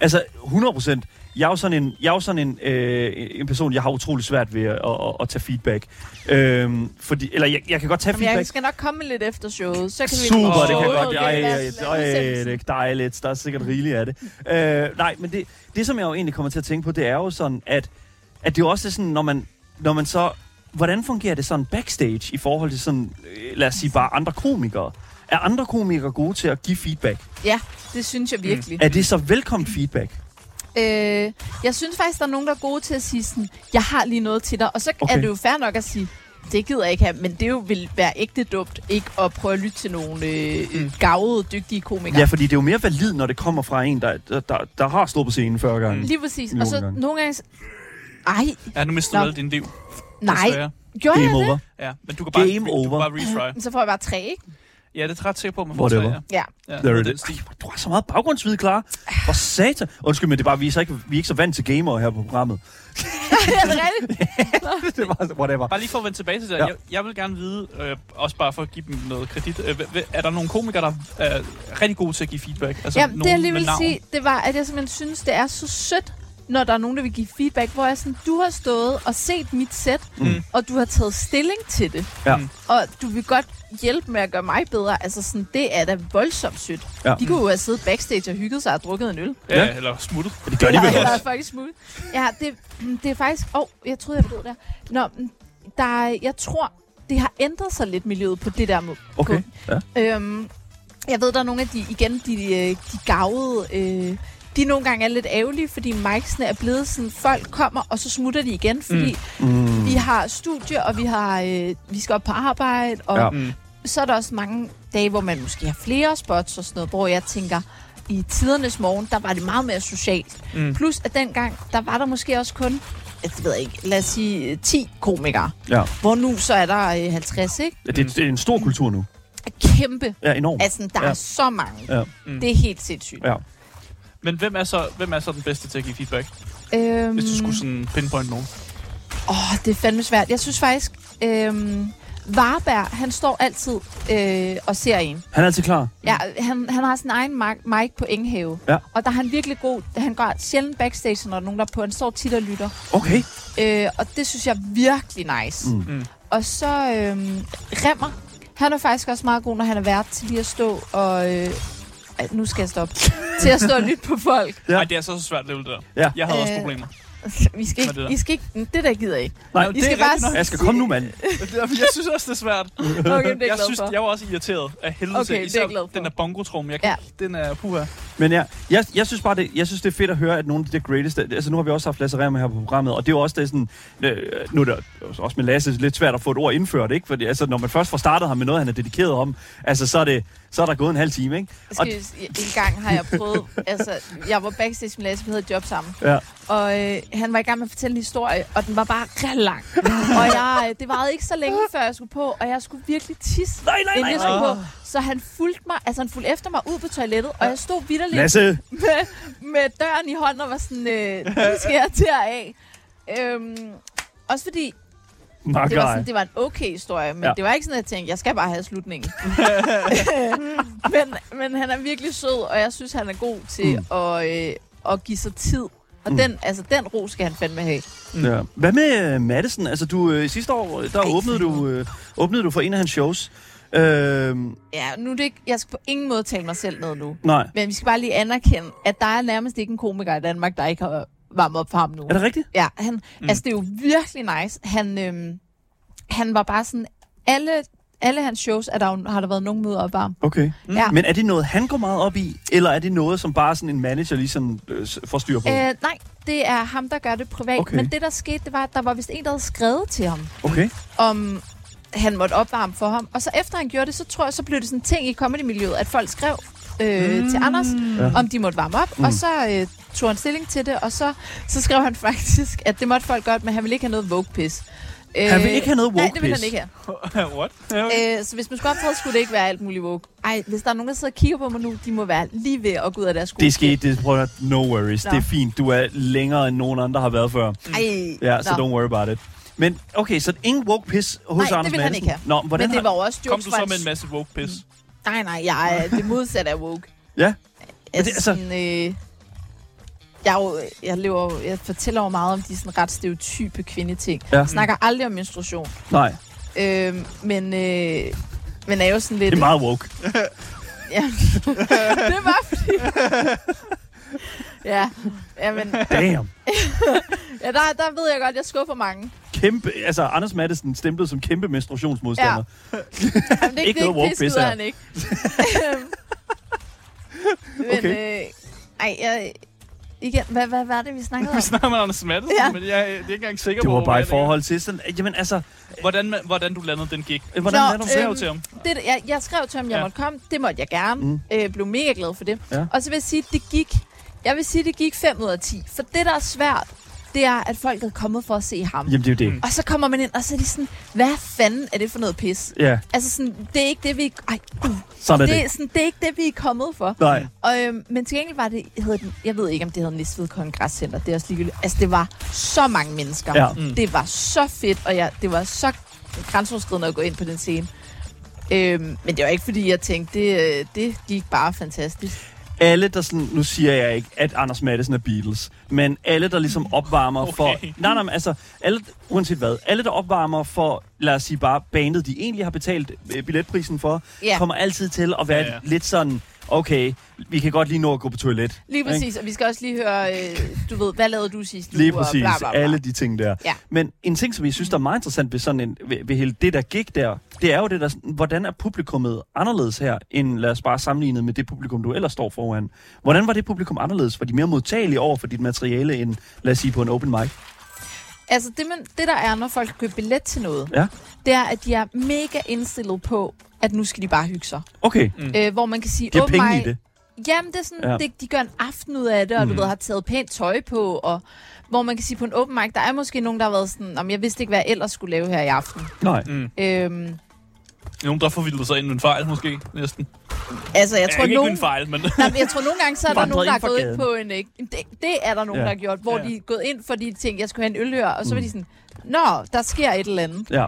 [SPEAKER 1] Altså, 100 procent. Jeg er jo sådan en, jeg er jo sådan en, øh, en person, jeg har utrolig svært ved at, at, at, at tage feedback. Øhm, fordi, eller jeg, jeg kan godt tage
[SPEAKER 3] Jamen,
[SPEAKER 1] feedback.
[SPEAKER 3] jeg skal nok komme lidt efter showet. Så kan vi
[SPEAKER 1] Super,
[SPEAKER 3] lige-
[SPEAKER 1] det kan jeg
[SPEAKER 3] Åh,
[SPEAKER 1] godt.
[SPEAKER 3] okay,
[SPEAKER 1] Ej,
[SPEAKER 3] lad os-
[SPEAKER 1] ej,
[SPEAKER 3] lad os
[SPEAKER 1] ej, det
[SPEAKER 3] sætte-
[SPEAKER 1] er dejligt. Der er sikkert rigeligt af det. Øh, nej, men det, det, som jeg jo egentlig kommer til at tænke på, det er jo sådan, at, at det jo også er sådan, når man, når man så... Hvordan fungerer det sådan backstage i forhold til sådan, øh, lad os sige bare andre komikere? Er andre komikere gode til at give feedback?
[SPEAKER 3] Ja, det synes
[SPEAKER 1] Mm.
[SPEAKER 3] jeg virkelig.
[SPEAKER 1] Er det så velkommen feedback?
[SPEAKER 3] Øh, jeg synes faktisk, der er nogen, der er gode til at sige sådan, jeg har lige noget til dig. Og så okay.
[SPEAKER 1] Okay.
[SPEAKER 3] er det jo fair nok at sige, det gider jeg ikke have, men det jo vil være ægte dumt ikke at prøve at lytte til nogle øh, mm. gavede, dygtige komikere.
[SPEAKER 1] Ja, fordi det er jo mere valid, når det kommer fra en, der, der, der, der har stået på scenen 40 gange.
[SPEAKER 3] Lige præcis.
[SPEAKER 1] Nogle
[SPEAKER 3] og så
[SPEAKER 1] gange.
[SPEAKER 3] nogle gange... s- Ej,
[SPEAKER 2] Ja, nu mister
[SPEAKER 3] Nå.
[SPEAKER 2] du alt din liv.
[SPEAKER 3] nej.
[SPEAKER 2] desværre.
[SPEAKER 3] Gjorde
[SPEAKER 1] Game
[SPEAKER 3] jeg det?
[SPEAKER 1] over.
[SPEAKER 2] Ja, men du kan bare,
[SPEAKER 1] Game
[SPEAKER 2] du kan
[SPEAKER 1] over.
[SPEAKER 2] bare retry.
[SPEAKER 3] Men Så får jeg bare tre, ikke?
[SPEAKER 2] Ja, det er jeg ret sikker på, man
[SPEAKER 1] Whatever.
[SPEAKER 2] tre,
[SPEAKER 3] Ja.
[SPEAKER 2] Ja, ja
[SPEAKER 1] There
[SPEAKER 2] noget
[SPEAKER 1] it
[SPEAKER 2] af den
[SPEAKER 1] is.
[SPEAKER 2] stil.
[SPEAKER 1] Du har så meget baggrundsvide, klar. Hvor satan. Undskyld, men det er bare, vi er, så ikke, vi er ikke så vant til gamere her på programmet.
[SPEAKER 3] er det rigtigt?
[SPEAKER 1] det er bare, whatever.
[SPEAKER 2] Bare lige for at vende tilbage til det.
[SPEAKER 1] Ja.
[SPEAKER 2] Ja. Jeg, jeg vil gerne vide, øh, også bare for at give dem noget kredit, øh, hv- hv- er der nogle komikere, der er rigtig gode til at give feedback? Altså,
[SPEAKER 3] Jamen, det
[SPEAKER 2] nogen
[SPEAKER 3] jeg lige
[SPEAKER 2] med
[SPEAKER 3] vil
[SPEAKER 2] navn?
[SPEAKER 3] sige, det var, at jeg simpelthen synes, det er så sødt, når der er nogen, der vil give feedback, hvor jeg sådan, du har stået og set mit sæt,
[SPEAKER 2] Mm.
[SPEAKER 3] mm. og du har taget stilling til det,
[SPEAKER 1] Ja.
[SPEAKER 2] Mm.
[SPEAKER 3] og du vil godt hjælpe med at gøre mig bedre. Altså sådan, det er da voldsomt sødt.
[SPEAKER 1] Ja.
[SPEAKER 3] De kunne jo have siddet backstage og hygget sig og drukket en øl.
[SPEAKER 2] Ja,
[SPEAKER 1] Ja.
[SPEAKER 2] eller smuttet.
[SPEAKER 1] Det gør de vel
[SPEAKER 3] Eller
[SPEAKER 1] også.
[SPEAKER 3] faktisk smule. Ja, det, det er faktisk... Åh, oh, jeg troede, jeg blev der. Nå, men der, er- jeg tror, det har ændret sig lidt miljøet på det der måde.
[SPEAKER 1] Okay. Ja.
[SPEAKER 3] Øhm, jeg ved, der er nogle af de, igen, de, øh, de gavede, øh, de nogle gange er lidt ærgerlige, fordi mic'sene er blevet sådan, folk kommer, og så smutter de igen, fordi mm. vi har studie, og vi, har, øh, vi skal op på arbejde, og
[SPEAKER 1] Ja.
[SPEAKER 3] ja.
[SPEAKER 2] Mm.
[SPEAKER 3] så er der også mange dage, hvor man måske har flere spots og sådan noget, hvor jeg tænker, i tidernes morgen, der var det meget mere socialt.
[SPEAKER 2] Mm.
[SPEAKER 3] Mm. Plus, at dengang, der var der måske også kun, jeg ved jeg ikke, lad os sige, øh, 10 komikere.
[SPEAKER 1] Ja.
[SPEAKER 3] Hvor nu så er der øh, 50, ikke?
[SPEAKER 1] Det, det er en stor kultur nu.
[SPEAKER 3] Kæmpe
[SPEAKER 1] Ja, enormt.
[SPEAKER 3] Altså, der
[SPEAKER 1] Ja.
[SPEAKER 3] ja. er så mange.
[SPEAKER 1] Ja.
[SPEAKER 3] Ja.
[SPEAKER 2] Mm.
[SPEAKER 3] Mm. Det er helt sindssygt.
[SPEAKER 1] Ja.
[SPEAKER 2] Men hvem er, så, hvem er så den bedste til at give feedback, mm.
[SPEAKER 3] Øhm,
[SPEAKER 2] hvis du skulle sådan pinpoint nogen?
[SPEAKER 3] Åh, det er fandme svært. Jeg synes faktisk, øhm, Varberg, han står altid øh, og ser en.
[SPEAKER 1] Han er altid klar.
[SPEAKER 3] Ja, han, han har sin egen mark- mic på Enghave.
[SPEAKER 1] Ja.
[SPEAKER 3] Og der er han virkelig god. Han går sjældent backstage, når der er nogen der er på. Han står tit og lytter.
[SPEAKER 1] Okay.
[SPEAKER 3] Øh, og det synes jeg er virkelig nice.
[SPEAKER 1] Mm.
[SPEAKER 2] Mm.
[SPEAKER 3] Og så øh, Remmer. Han er faktisk også meget god, når han er vært til lige at stå og... Øh, ej, nu skal jeg stoppe. til at stå og lytte på folk.
[SPEAKER 1] Ja.
[SPEAKER 2] Nej, det er så, så svært level, det der.
[SPEAKER 1] Ja.
[SPEAKER 2] Jeg havde øh. også
[SPEAKER 3] Øh.
[SPEAKER 2] problemer.
[SPEAKER 3] Vi
[SPEAKER 2] Hvad
[SPEAKER 3] skal
[SPEAKER 2] er det der?
[SPEAKER 3] ikke, I skal ikke, det der gider I ikke.
[SPEAKER 1] Nej,
[SPEAKER 3] I skal
[SPEAKER 2] rigtigt
[SPEAKER 3] bare
[SPEAKER 2] nok.
[SPEAKER 3] sige-
[SPEAKER 1] Asger, kom nu, mand.
[SPEAKER 2] jeg synes også, det er svært.
[SPEAKER 3] Okay, det er jeg
[SPEAKER 2] jeg
[SPEAKER 3] glad
[SPEAKER 2] synes,
[SPEAKER 3] for.
[SPEAKER 2] jeg var også irriteret af helvede
[SPEAKER 3] Okay, det
[SPEAKER 2] til.
[SPEAKER 3] er
[SPEAKER 2] Især
[SPEAKER 3] jeg glad for.
[SPEAKER 2] den der bongotrum, jeg kan, ja. den er puha.
[SPEAKER 1] Men ja, jeg, jeg synes bare, det, jeg synes, det er fedt at høre, at nogle af de der greatest... Altså, nu har vi også haft Lasse Remmer her på programmet, og det er jo også det er sådan... Øh, nu er det også med Lasse lidt svært at få et ord indført, ikke? Fordi altså, når man først får startet ham med noget, han er dedikeret om, altså, så er, det, så er der gået en halv time, ikke?
[SPEAKER 3] Jeg
[SPEAKER 1] Og,
[SPEAKER 3] Skal, jeg- en gang har jeg prøvet, altså, jeg var backstage med Lasse, vi havde et job sammen,
[SPEAKER 1] ja.
[SPEAKER 3] og øh, han var i gang med at fortælle en historie, og den var bare ret lang. og jeg, øh, det varede ikke så længe, før jeg skulle på, og jeg skulle virkelig tisse,
[SPEAKER 1] Nej, nej,
[SPEAKER 3] inden
[SPEAKER 1] nej,
[SPEAKER 3] jeg
[SPEAKER 1] nej.
[SPEAKER 3] skulle på. Så han fulgte mig, altså han fulgte efter mig ud på toilettet, og jeg stod vidderligt
[SPEAKER 1] Lasse,
[SPEAKER 3] med, med døren i hånden og var sådan, øh, nu skal jeg til af. Øhm, også fordi,
[SPEAKER 1] my
[SPEAKER 3] Det var,
[SPEAKER 1] guy.
[SPEAKER 3] sådan, det var en okay historie, men
[SPEAKER 1] Ja.
[SPEAKER 3] ja. det var ikke sådan, at jeg tænkte, jeg skal bare have slutningen. men, men han er virkelig sød, og jeg synes, han er god til mm. at, øh, at give sig tid. Og
[SPEAKER 1] Mm.
[SPEAKER 3] mm. den, altså, den ro skal han fandme have.
[SPEAKER 1] Ja. Hvad med øh, Madison? Altså, du, øh, sidste år, øh, der
[SPEAKER 3] Ej,
[SPEAKER 1] åbnede du, øh, åbnede du for en af hans shows. Øh,
[SPEAKER 3] Ja, nu er det ikke, jeg skal på ingen måde tale mig selv ned nu.
[SPEAKER 1] nej.
[SPEAKER 3] Men vi skal bare lige anerkende, at der er nærmest ikke en komiker i Danmark, der ikke har varmet op for ham nu.
[SPEAKER 1] Er det rigtigt?
[SPEAKER 3] Ja, han, mm. altså det er jo virkelig nice. Han, øhm, han var bare sådan, alle, alle hans shows er der, jo- har der været nogen møder op varm.
[SPEAKER 1] Okay.
[SPEAKER 3] Mm. Ja.
[SPEAKER 1] Men er det noget, han går meget op i, eller er det noget, som bare sådan en manager ligesom øh, s- får styr på?
[SPEAKER 3] Øh, nej, det er ham, der gør det privat.
[SPEAKER 1] Okay.
[SPEAKER 3] Okay. Men det, der skete, det var, at der var vist en, der havde skrevet til ham,
[SPEAKER 1] Okay.
[SPEAKER 3] om han måtte opvarme for ham. Og så efter han gjorde det, så tror jeg, så blev det sådan en ting i comedy-miljøet, at folk skrev øh, mm. til Anders,
[SPEAKER 1] Ja.
[SPEAKER 3] ja. om de måtte varme op. Mm. Og så øh, tog han stilling til det, og så, så skrev han faktisk, at det måtte folk godt, men han ville ikke have noget vogue-pis.
[SPEAKER 1] Han vil ikke have noget
[SPEAKER 3] Nej, Øh, det vil
[SPEAKER 1] woke-pis.
[SPEAKER 3] han ikke have.
[SPEAKER 2] What? Ja, okay.
[SPEAKER 3] Øh, så hvis man skulle optræde, skulle det ikke være alt muligt woke. Ej, hvis der er nogen, der sidder og kigger på mig nu, de må være lige ved at gå ud af deres sko.
[SPEAKER 1] Det skete, det prøver no worries.
[SPEAKER 3] Nå.
[SPEAKER 1] Det er fint, du er længere end nogen andre har været før.
[SPEAKER 3] Ej,
[SPEAKER 1] Ja, så
[SPEAKER 3] nå.
[SPEAKER 1] don't worry about it. Men okay, så ingen woke piss hos
[SPEAKER 3] Nej, det
[SPEAKER 1] Anders
[SPEAKER 3] vil han
[SPEAKER 1] Madsen.
[SPEAKER 3] ikke have.
[SPEAKER 1] Nå, men hvordan
[SPEAKER 3] Men det var
[SPEAKER 1] har...
[SPEAKER 3] jo også jokes
[SPEAKER 2] Kom du
[SPEAKER 3] fra
[SPEAKER 2] så
[SPEAKER 3] en
[SPEAKER 2] med en masse woke piss?
[SPEAKER 3] Nej, nej, jeg er det modsatte af woke.
[SPEAKER 1] Ja.
[SPEAKER 3] Altså,
[SPEAKER 1] altså-
[SPEAKER 3] sådan, øh, jeg, er jo, jeg, lever, jo- jeg fortæller jo meget om de sådan ret stereotype kvindeting.
[SPEAKER 1] Ja.
[SPEAKER 3] Ja. Jeg snakker aldrig om menstruation.
[SPEAKER 1] Nej,
[SPEAKER 3] Øh, men, øh, men er jo sådan lidt...
[SPEAKER 1] det er meget woke.
[SPEAKER 3] Ja. det var fordi... ja, jamen,
[SPEAKER 1] Damn.
[SPEAKER 3] ja der, der ved jeg godt, jeg skuffer mange.
[SPEAKER 1] Kæmpe, altså Anders Madsen stemplet som kæmpe menstruationsmodstander.
[SPEAKER 3] Jamen, det,
[SPEAKER 1] Ikke
[SPEAKER 3] det,
[SPEAKER 1] noget woke
[SPEAKER 3] det
[SPEAKER 1] pis
[SPEAKER 3] skider
[SPEAKER 1] her.
[SPEAKER 3] han ikke. men, okay. øh, ej, jeg, igen, hvad, hvad, hvad er det, vi snakkede om?
[SPEAKER 2] Vi snakker med Anders Maddelsen,
[SPEAKER 3] Ja.
[SPEAKER 2] ja. men jeg, jeg er ikke engang sikker
[SPEAKER 1] Det
[SPEAKER 2] på,
[SPEAKER 1] var
[SPEAKER 2] hvor
[SPEAKER 1] bare i
[SPEAKER 2] jeg ligger.
[SPEAKER 1] forhold til sådan, jamen altså,
[SPEAKER 2] Hvordan, man- hvordan du landede den gig.
[SPEAKER 1] øh, hvordan
[SPEAKER 3] Nå,
[SPEAKER 1] er du
[SPEAKER 2] Du
[SPEAKER 1] så?
[SPEAKER 2] sagde jo
[SPEAKER 3] Øhm,
[SPEAKER 2] til ham.
[SPEAKER 3] det, jeg, jeg skrev til ham, jeg
[SPEAKER 2] Ja.
[SPEAKER 3] ja. måtte komme. Det måtte jeg gerne.
[SPEAKER 1] Mm.
[SPEAKER 3] Mm. Øh, blev mega glad for det.
[SPEAKER 1] Ja.
[SPEAKER 3] Og så vil jeg sige, det gik... Jeg vil sige, det gik 5 ud af 10. For det, der er svært, det er, at folk er kommet for at se ham.
[SPEAKER 1] Jamen det er jo det.
[SPEAKER 2] Mm.
[SPEAKER 3] Og så kommer man ind, og så er de sådan, hvad fanden er det for noget pis?
[SPEAKER 1] Ja,
[SPEAKER 3] Altså sådan, det er ikke det, vi... Ej, uh,
[SPEAKER 1] sådan er
[SPEAKER 3] det, er
[SPEAKER 1] det.
[SPEAKER 3] sådan, det er ikke det, vi er kommet for.
[SPEAKER 1] Nej,
[SPEAKER 3] Og, øhm, men til gengæld var det, hed den, jeg ved ikke, om det hedder Næstved Kongresscenter, det er også ligegyldigt. Altså, det var så mange mennesker.
[SPEAKER 1] Ja.
[SPEAKER 2] Mm.
[SPEAKER 3] Det var så fedt, og jeg, det var så grænseoverskridende at gå ind på den scene. Øhm, men det var ikke, fordi jeg tænkte, det, øh, det gik bare fantastisk.
[SPEAKER 1] alle der sådan, nu siger jeg ikke, at Anders Madsen er Beatles, men alle der ligesom opvarmer okay. for,
[SPEAKER 2] Okay.
[SPEAKER 1] nej nej, men altså, alle, uanset hvad, alle der opvarmer for, lad os sige bare bandet, de egentlig har betalt øh, billetprisen for,
[SPEAKER 3] Ja.
[SPEAKER 1] kommer altid til at være
[SPEAKER 2] Ja,
[SPEAKER 1] ja,
[SPEAKER 2] ja.
[SPEAKER 1] ja. lidt sådan, okay, vi kan godt lige nå at gå på toilet.
[SPEAKER 3] Lige
[SPEAKER 1] Ikke?
[SPEAKER 3] præcis, og vi skal også lige høre, øh, du ved, hvad lavede du sidste
[SPEAKER 1] Lige
[SPEAKER 3] uge?
[SPEAKER 1] præcis,
[SPEAKER 3] og bla, bla, bla.
[SPEAKER 1] alle de ting der.
[SPEAKER 3] Ja.
[SPEAKER 1] Men en ting, som jeg synes, der er meget interessant ved, sådan en, ved, ved hele det der gig der, det er jo det der, sådan, hvordan er publikummet anderledes her, end lad os bare sammenligne med det publikum, du ellers står foran. Hvordan var det publikum anderledes? Var de mere modtagelige over for dit materiale, end lad os sige på en open mic?
[SPEAKER 3] Altså, det, man, det der er, når folk køber billet til noget,
[SPEAKER 1] Ja.
[SPEAKER 3] det er, at de er mega indstillet på, at nu skal de bare hygge sig.
[SPEAKER 1] Okay,
[SPEAKER 2] Mm.
[SPEAKER 3] Øh, hvor man kan sige,
[SPEAKER 1] giver
[SPEAKER 3] åh,
[SPEAKER 1] penge
[SPEAKER 3] mig-
[SPEAKER 1] i det.
[SPEAKER 3] Jamen, det er sådan,
[SPEAKER 1] Ja.
[SPEAKER 3] ja. det, de gør en aften ud af det, og mm. du ved, har taget pænt tøj på, og hvor man kan sige på en open mic, der er måske nogen, der har været sådan, om jeg vidste ikke, hvad jeg ellers skulle lave her i aften.
[SPEAKER 1] Nej.
[SPEAKER 3] Øhm,
[SPEAKER 2] Nogen, der forvildede sig ind med en fejl, måske, næsten.
[SPEAKER 3] altså, jeg
[SPEAKER 2] Jeg
[SPEAKER 3] tror,
[SPEAKER 2] tror, ikke
[SPEAKER 3] nogen,
[SPEAKER 2] en fejl, men...
[SPEAKER 3] Nej, men jeg tror nogle gange, så er der
[SPEAKER 1] Vandret
[SPEAKER 3] nogen, der er
[SPEAKER 1] ind fra
[SPEAKER 3] gået
[SPEAKER 1] gaden.
[SPEAKER 3] ind på en... øh, Det, det er der nogen,
[SPEAKER 1] Ja.
[SPEAKER 3] ja. der har gjort, hvor
[SPEAKER 2] Ja.
[SPEAKER 3] ja. de er gået ind, fordi de tænkte, jeg skulle have en ølhør, og så mm. var de sådan, nå, der sker et eller andet.
[SPEAKER 1] Ja.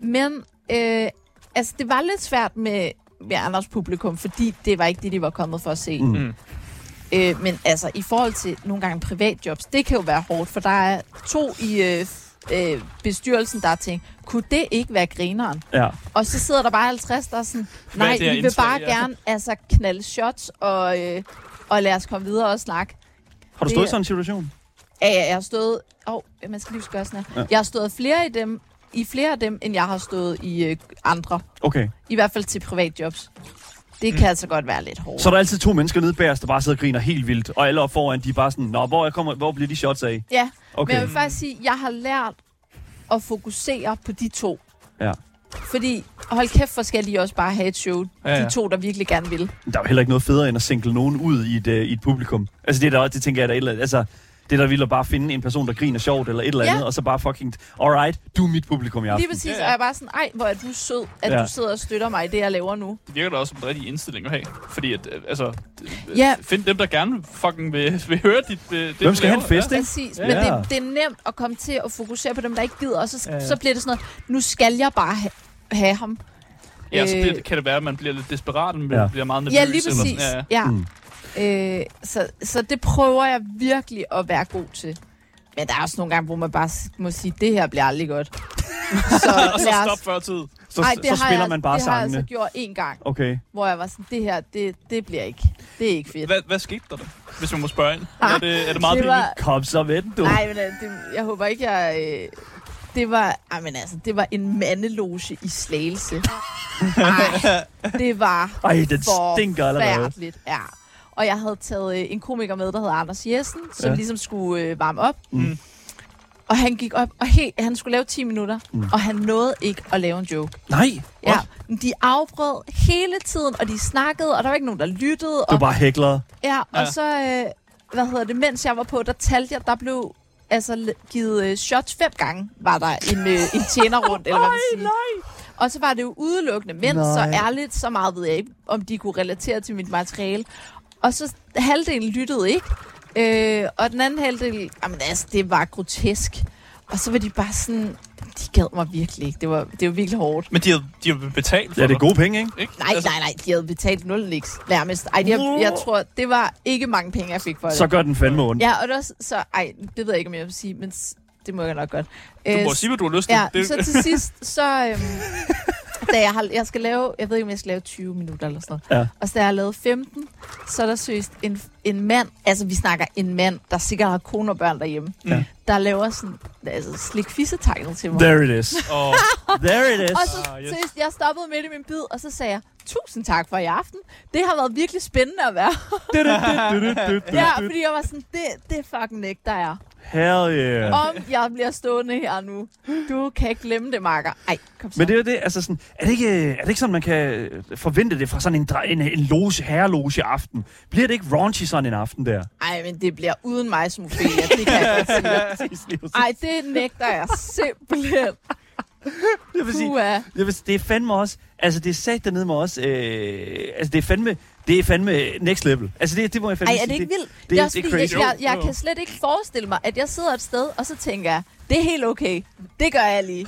[SPEAKER 3] Men øh, altså, det var lidt svært med, med Anders publikum, fordi det var ikke det, de var kommet for at se.
[SPEAKER 1] Mm.
[SPEAKER 2] Mm.
[SPEAKER 3] Øh, men altså, i forhold til nogle gange privatjobs, det kan jo være hårdt, for der er to i øh, f- øh, bestyrelsen, der har tænkt, kunne det ikke være grineren?
[SPEAKER 1] ja.
[SPEAKER 3] Og så sidder der bare 50, der er sådan,
[SPEAKER 2] Hvad er
[SPEAKER 3] nej,
[SPEAKER 2] det her
[SPEAKER 3] vi vil
[SPEAKER 2] indslag,
[SPEAKER 3] bare
[SPEAKER 2] ja?"
[SPEAKER 3] gerne altså, knalde shots, og, øh, og lad os komme videre og snakke.
[SPEAKER 1] Har du
[SPEAKER 3] Det
[SPEAKER 1] stået i
[SPEAKER 3] er-
[SPEAKER 1] sådan en situation?
[SPEAKER 3] Ja, ja, jeg har stået... Åh, oh, man skal lige huske at gøre sådan her. Ja. Jeg har stået flere i dem, i flere af dem, end jeg har stået i øh, andre.
[SPEAKER 1] Okay.
[SPEAKER 3] I hvert fald til privatjobs. Det kan altså godt være lidt hårdt.
[SPEAKER 1] Så er der altid to mennesker nede bagerst, der bare sidder og griner helt vildt, og alle op foran, de er bare sådan, Nå, hvor, jeg kommer, hvor bliver de shots af?
[SPEAKER 3] Ja, okay. men
[SPEAKER 1] Okay.
[SPEAKER 3] jeg vil faktisk sige, at jeg har lært at fokusere på de to.
[SPEAKER 1] Ja.
[SPEAKER 3] Fordi, hold kæft, for skal de også bare have et show.
[SPEAKER 2] Ja, ja.
[SPEAKER 3] De to, der virkelig gerne vil.
[SPEAKER 1] Men Der er jo heller ikke noget federe, end at single nogen ud i et, øh, i et publikum. Altså, det, er der, det tænker jeg, der er et eller andet. Altså, det der vil at bare finde en person, der griner sjovt eller et eller
[SPEAKER 3] Ja.
[SPEAKER 1] andet, og så bare fucking, alright, du er mit publikum i
[SPEAKER 3] Lige
[SPEAKER 1] aften.
[SPEAKER 3] præcis,
[SPEAKER 2] Ja,
[SPEAKER 3] ja,
[SPEAKER 2] ja.
[SPEAKER 3] ja. og jeg er bare sådan, ej, hvor er du sød, at
[SPEAKER 1] Ja.
[SPEAKER 3] ja. du sidder og støtter mig i det, jeg laver nu.
[SPEAKER 2] Det virker da også som en rigtig indstilling at have. Fordi at, øh, altså, d-
[SPEAKER 3] Ja.
[SPEAKER 2] find dem, der gerne fucking vil, vil høre dit... øh, Det,
[SPEAKER 1] Hvem skal
[SPEAKER 2] du
[SPEAKER 1] have en
[SPEAKER 2] laver.
[SPEAKER 1] fest, ikke?
[SPEAKER 3] Præcis,
[SPEAKER 1] Ja.
[SPEAKER 3] ja. men det, det er nemt at komme til at fokusere på dem, der ikke gider, og så,
[SPEAKER 2] Ja,
[SPEAKER 3] ja,
[SPEAKER 2] ja.
[SPEAKER 3] ja. så bliver det sådan noget, nu skal jeg bare ha- have ham.
[SPEAKER 2] Ja, ja så
[SPEAKER 3] Øh.
[SPEAKER 2] bliver, det- kan det være, at man bliver lidt desperat, man
[SPEAKER 1] Ja.
[SPEAKER 2] ja. bliver meget nervøs.
[SPEAKER 3] Ja, lige
[SPEAKER 2] eller sådan.
[SPEAKER 3] præcis.
[SPEAKER 2] Ja, ja.
[SPEAKER 3] Ja.
[SPEAKER 1] Mm.
[SPEAKER 3] Mm. Øh, så, så det prøver jeg virkelig at være god til. Men der er også nogle gange, hvor man bare s- må sige, det her bliver aldrig godt. så
[SPEAKER 2] Og så
[SPEAKER 3] lad os-
[SPEAKER 2] stop før tid.
[SPEAKER 1] Så,
[SPEAKER 3] Ej,
[SPEAKER 1] Ej,
[SPEAKER 3] det
[SPEAKER 1] så
[SPEAKER 3] har
[SPEAKER 1] spiller
[SPEAKER 3] jeg,
[SPEAKER 1] man bare
[SPEAKER 3] det har jeg
[SPEAKER 1] sangene.
[SPEAKER 3] altså gjort en gang,
[SPEAKER 1] Okay.
[SPEAKER 3] hvor jeg var sådan, det her, det, det bliver ikke, det er ikke fedt.
[SPEAKER 2] Hvad, hvad skete der da, hvis man må spørge ind? Er det, er det meget
[SPEAKER 3] Ah, det
[SPEAKER 2] pinligt?
[SPEAKER 3] var,
[SPEAKER 1] Kom så med den, du.
[SPEAKER 3] Nej, men øh, det, jeg håber ikke, jeg... Øh, det var, ej, men altså, det var en mandeloge i Slagelse. Ej, det var
[SPEAKER 1] Ej, den stinker allerede.
[SPEAKER 3] forfærdeligt. Ja. Og jeg havde taget øh, en komiker med, der hedder Anders Jessen, som
[SPEAKER 1] Ja.
[SPEAKER 3] ja. ligesom skulle øh, varme op.
[SPEAKER 2] Mm.
[SPEAKER 3] Og han gik op, og helt, han skulle lave 10 minutter, mm. og han nåede ikke at lave en joke.
[SPEAKER 1] Nej,
[SPEAKER 3] Ja, men de afbrød hele tiden, og de snakkede, og der var ikke nogen, der lyttede.
[SPEAKER 1] du
[SPEAKER 3] Og,
[SPEAKER 1] er bare hækler.
[SPEAKER 3] Ja, og
[SPEAKER 2] Ja.
[SPEAKER 3] så, øh, hvad hedder det, mens jeg var på, der talte jeg, der blev altså l- givet øh, shots fem gange, var der en, øh, en tjener rundt, eller hvad man siger. Og så var det jo udelukkende mænd, så
[SPEAKER 1] Nej.
[SPEAKER 3] ærligt, så meget ved jeg ikke, om de kunne relatere til mit materiale. Og så halvdelen lyttede ikke, øh, og den anden halvdel, jamen altså, det var grotesk. Og så var de bare sådan, de gad mig virkelig ikke. Det var, det var virkelig hårdt.
[SPEAKER 2] Men de har, de har betalt for
[SPEAKER 1] Ja, det er gode penge, ikke?
[SPEAKER 2] dig, Ikke? Altså,
[SPEAKER 3] Nej, nej, nej, de havde betalt nul niks nærmest. Ej, jeg, jeg tror, det var ikke mange penge, jeg fik for det.
[SPEAKER 1] Så gør den fandme ondt.
[SPEAKER 3] Ja, og det var, s- så, ej, det ved jeg ikke, om jeg vil sige, men s- det må jeg nok godt.
[SPEAKER 2] Du
[SPEAKER 3] Øh,
[SPEAKER 2] må sige, hvad du har lyst til.
[SPEAKER 3] Ja,
[SPEAKER 2] det,
[SPEAKER 3] så til sidst, så... Øhm, da jeg, har, jeg skal lave, jeg ved ikke, om jeg skal lave 20 minutter eller sådan noget.
[SPEAKER 1] Ja.
[SPEAKER 3] Og så da jeg har lavet 15, så er der søst en, en mand, altså vi snakker en mand, der sikkert har kone og børn derhjemme,
[SPEAKER 1] Ja.
[SPEAKER 3] der laver sådan, altså slik fissetegnet til mig.
[SPEAKER 1] There it is.
[SPEAKER 2] og,
[SPEAKER 1] There it is.
[SPEAKER 3] Og så
[SPEAKER 2] Ah, yes.
[SPEAKER 3] yes. seriøst, jeg stoppede midt i min bid, og så sagde jeg, tusind tak for i aften. Det har været virkelig spændende at være. ja, fordi jeg var sådan, det, det fucking nægter jeg.
[SPEAKER 1] Hell yeah.
[SPEAKER 3] Om jeg bliver stående her nu. Du kan ikke glemme det, Marker. Ej, kom så.
[SPEAKER 1] Men det er jo det, altså sådan, er det, ikke, er det ikke sådan, man kan øh, forvente det fra sådan en, dre- en, en loge, herreloge aften? Bliver det ikke raunchy sådan en aften der?
[SPEAKER 3] Ej, men det bliver uden mig som Ophelia. Det kan jeg godt sige. Ej, det nægter jeg simpelthen.
[SPEAKER 1] jeg vil sige,
[SPEAKER 3] Puha.
[SPEAKER 1] jeg vil, sige, det er fandme også, altså det er sat dernede med os, øh, altså det er fandme, det er fandme next level. Altså det, det må jeg fandme
[SPEAKER 3] Ej, er
[SPEAKER 1] sige,
[SPEAKER 3] det ikke vildt?
[SPEAKER 1] det er-
[SPEAKER 3] også
[SPEAKER 1] det er
[SPEAKER 3] fordi,
[SPEAKER 1] crazy.
[SPEAKER 3] Jeg, jeg,
[SPEAKER 2] Jo,
[SPEAKER 3] jeg
[SPEAKER 2] jo.
[SPEAKER 3] kan slet ikke forestille mig, at jeg sidder et sted, og så tænker jeg, det er helt okay. Det gør jeg lige.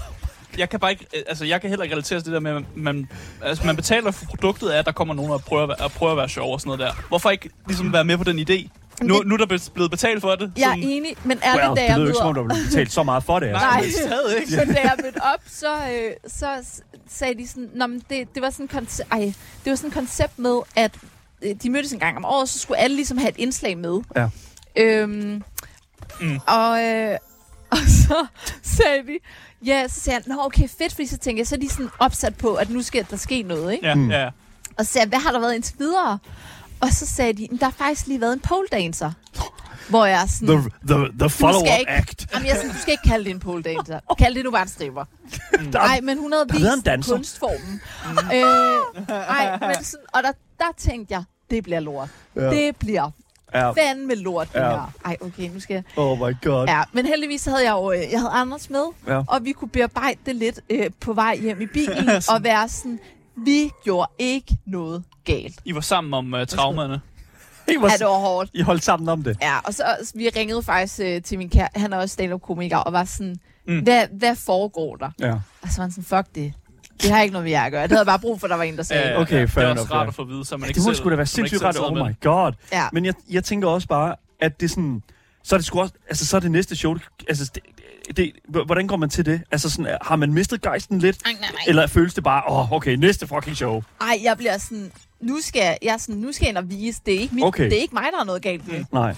[SPEAKER 2] jeg kan bare ikke, øh, altså jeg kan heller ikke relatere til det der med, at man, altså man betaler for produktet af, at der kommer nogen og prøver at, være- at prøve at være sjov og sådan noget der. Hvorfor ikke ligesom være med på den idé? Nu,
[SPEAKER 3] Det-
[SPEAKER 2] nu er der be- blevet betalt for det.
[SPEAKER 3] Jeg er
[SPEAKER 2] sådan-
[SPEAKER 3] enig, men er
[SPEAKER 1] Well,
[SPEAKER 3] det, da
[SPEAKER 1] det
[SPEAKER 3] jeg
[SPEAKER 1] lyder jo ikke som
[SPEAKER 3] møder
[SPEAKER 1] om, der bliver betalt så meget for det. altså.
[SPEAKER 3] Nej,
[SPEAKER 2] Men stadig ikke.
[SPEAKER 3] så da jeg mødte op, så, øh, så s- sagde de sådan, Nå, men det, det, var sådan en konce- Ej, det var sådan et koncept med, at øh, de mødtes en gang om året, så skulle alle ligesom have et indslag med.
[SPEAKER 1] Ja.
[SPEAKER 3] Øhm,
[SPEAKER 2] Mm.
[SPEAKER 3] mm. og, øh, og så sagde de, ja, så sagde jeg, nå okay, fedt, fordi så tænkte jeg, så er de sådan opsat på, at nu skal der ske noget, ikke?
[SPEAKER 2] Ja,
[SPEAKER 1] Mm.
[SPEAKER 2] ja.
[SPEAKER 3] Og så sagde jeg, hvad har der været indtil videre? Og så sagde de, "Men der har faktisk lige været en pole dancer. Hvor jeg er sådan,
[SPEAKER 1] The, the, the follow-up
[SPEAKER 3] ikke-
[SPEAKER 1] act.
[SPEAKER 3] Jamen, jeg er sådan, du skal ikke kalde det en pole dancer. Kald det nu bare en stripper.
[SPEAKER 1] Der er-
[SPEAKER 3] Nej, men hun havde
[SPEAKER 1] der hedder en
[SPEAKER 3] vist
[SPEAKER 1] danser.
[SPEAKER 3] kunstformen. Øh, ej, men sådan, og der, der tænkte jeg, det bliver lort.
[SPEAKER 1] Ja.
[SPEAKER 3] Det bliver
[SPEAKER 1] Ja.
[SPEAKER 3] fandme lort, det
[SPEAKER 1] Ja.
[SPEAKER 3] her. Ej, okay, nu skal jeg...
[SPEAKER 1] Oh my god.
[SPEAKER 3] Ja, men heldigvis så havde jeg jo, øh, jeg havde Anders med,
[SPEAKER 1] Ja.
[SPEAKER 3] og vi kunne bearbejde det lidt øh, på vej hjem i bilen, og være sådan, vi gjorde ikke noget galt.
[SPEAKER 2] I var sammen om uh, traumerne.
[SPEAKER 1] I,
[SPEAKER 3] Ja, det
[SPEAKER 1] var,
[SPEAKER 3] var hårdt.
[SPEAKER 1] I holdt sammen om det.
[SPEAKER 3] Ja, og så også- vi ringede faktisk øh, til min kære, han er også stand-up-komiker, og var sådan,
[SPEAKER 2] Mm.
[SPEAKER 3] mm. hvad, hvad foregår der?
[SPEAKER 1] Ja.
[SPEAKER 3] Og så var han sådan, fuck det. Det har ikke noget med jer at gøre. Det havde jeg bare brug for, at der var en, der sagde det.
[SPEAKER 2] Øh, Ja,
[SPEAKER 1] okay,
[SPEAKER 2] Det
[SPEAKER 1] fair
[SPEAKER 2] er
[SPEAKER 1] enough,
[SPEAKER 2] også rart
[SPEAKER 1] ja.
[SPEAKER 2] at få at vide, så man
[SPEAKER 1] Man
[SPEAKER 2] ikke
[SPEAKER 1] det må
[SPEAKER 2] selv-
[SPEAKER 1] sgu da være
[SPEAKER 2] så man ikke
[SPEAKER 1] sindssygt
[SPEAKER 2] selv
[SPEAKER 1] ret.
[SPEAKER 2] sidder
[SPEAKER 1] Oh
[SPEAKER 2] med
[SPEAKER 1] my
[SPEAKER 2] det.
[SPEAKER 1] god.
[SPEAKER 3] Ja.
[SPEAKER 1] Men jeg, jeg tænker også bare, at det er sådan... Så er det sgu også, altså så er det næste show, det- altså det, det, hvordan går man til det? Altså sådan, har man mistet gejsten lidt?
[SPEAKER 3] Ej, nej, nej.
[SPEAKER 1] Eller føles det bare, åh, oh, okay, næste fucking show.
[SPEAKER 3] Ej, jeg bliver sådan, nu skal jeg, jeg er sådan, nu skal jeg ind og vise. Det er ikke, mit,
[SPEAKER 1] Okay.
[SPEAKER 3] det er ikke mig, der er noget galt med. Mm.
[SPEAKER 1] Nej.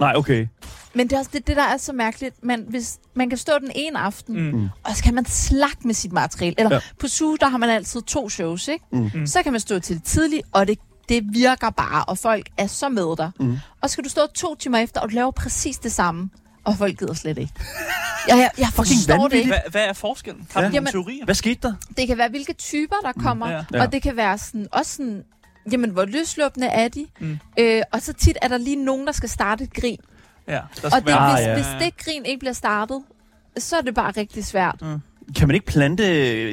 [SPEAKER 1] Nej, okay.
[SPEAKER 3] Men det er også det, det, der er så mærkeligt. Man, hvis, man kan stå den ene aften,
[SPEAKER 2] Mm.
[SPEAKER 3] mm. og så kan man slagte med sit materiale. Eller
[SPEAKER 1] Ja.
[SPEAKER 3] ja. på SU, der har man altid to shows, ikke?
[SPEAKER 1] Mm.
[SPEAKER 2] Mm.
[SPEAKER 3] Så kan man stå til det tidligt, og det, det virker bare, og folk er så med dig.
[SPEAKER 1] Mm.
[SPEAKER 3] Og så skal du stå to timer efter, og du laver præcis det samme, og folk gider slet ikke. Jeg, jeg, jeg forstår det ikke.
[SPEAKER 2] Hva, hvad er forskellen? Har
[SPEAKER 1] Ja.
[SPEAKER 2] du nogle
[SPEAKER 3] Jamen-
[SPEAKER 2] teorier?
[SPEAKER 1] Hvad skete der?
[SPEAKER 3] Det kan være, hvilke typer, der kommer,
[SPEAKER 2] ja.
[SPEAKER 3] ja.
[SPEAKER 1] Mm, Ja.
[SPEAKER 3] og det kan være sådan, også sådan, jamen, hvor løsluppende er de?
[SPEAKER 2] Mm.
[SPEAKER 3] Mm. Øh, og så tit er der lige nogen, der skal starte et grin.
[SPEAKER 2] Ja, der skal
[SPEAKER 3] Og det,
[SPEAKER 2] være...
[SPEAKER 1] Ah,
[SPEAKER 3] hvis,
[SPEAKER 1] ja.
[SPEAKER 3] hvis det grin ikke bliver startet, så er det bare rigtig svært.
[SPEAKER 1] Mm. Kan man ikke plante,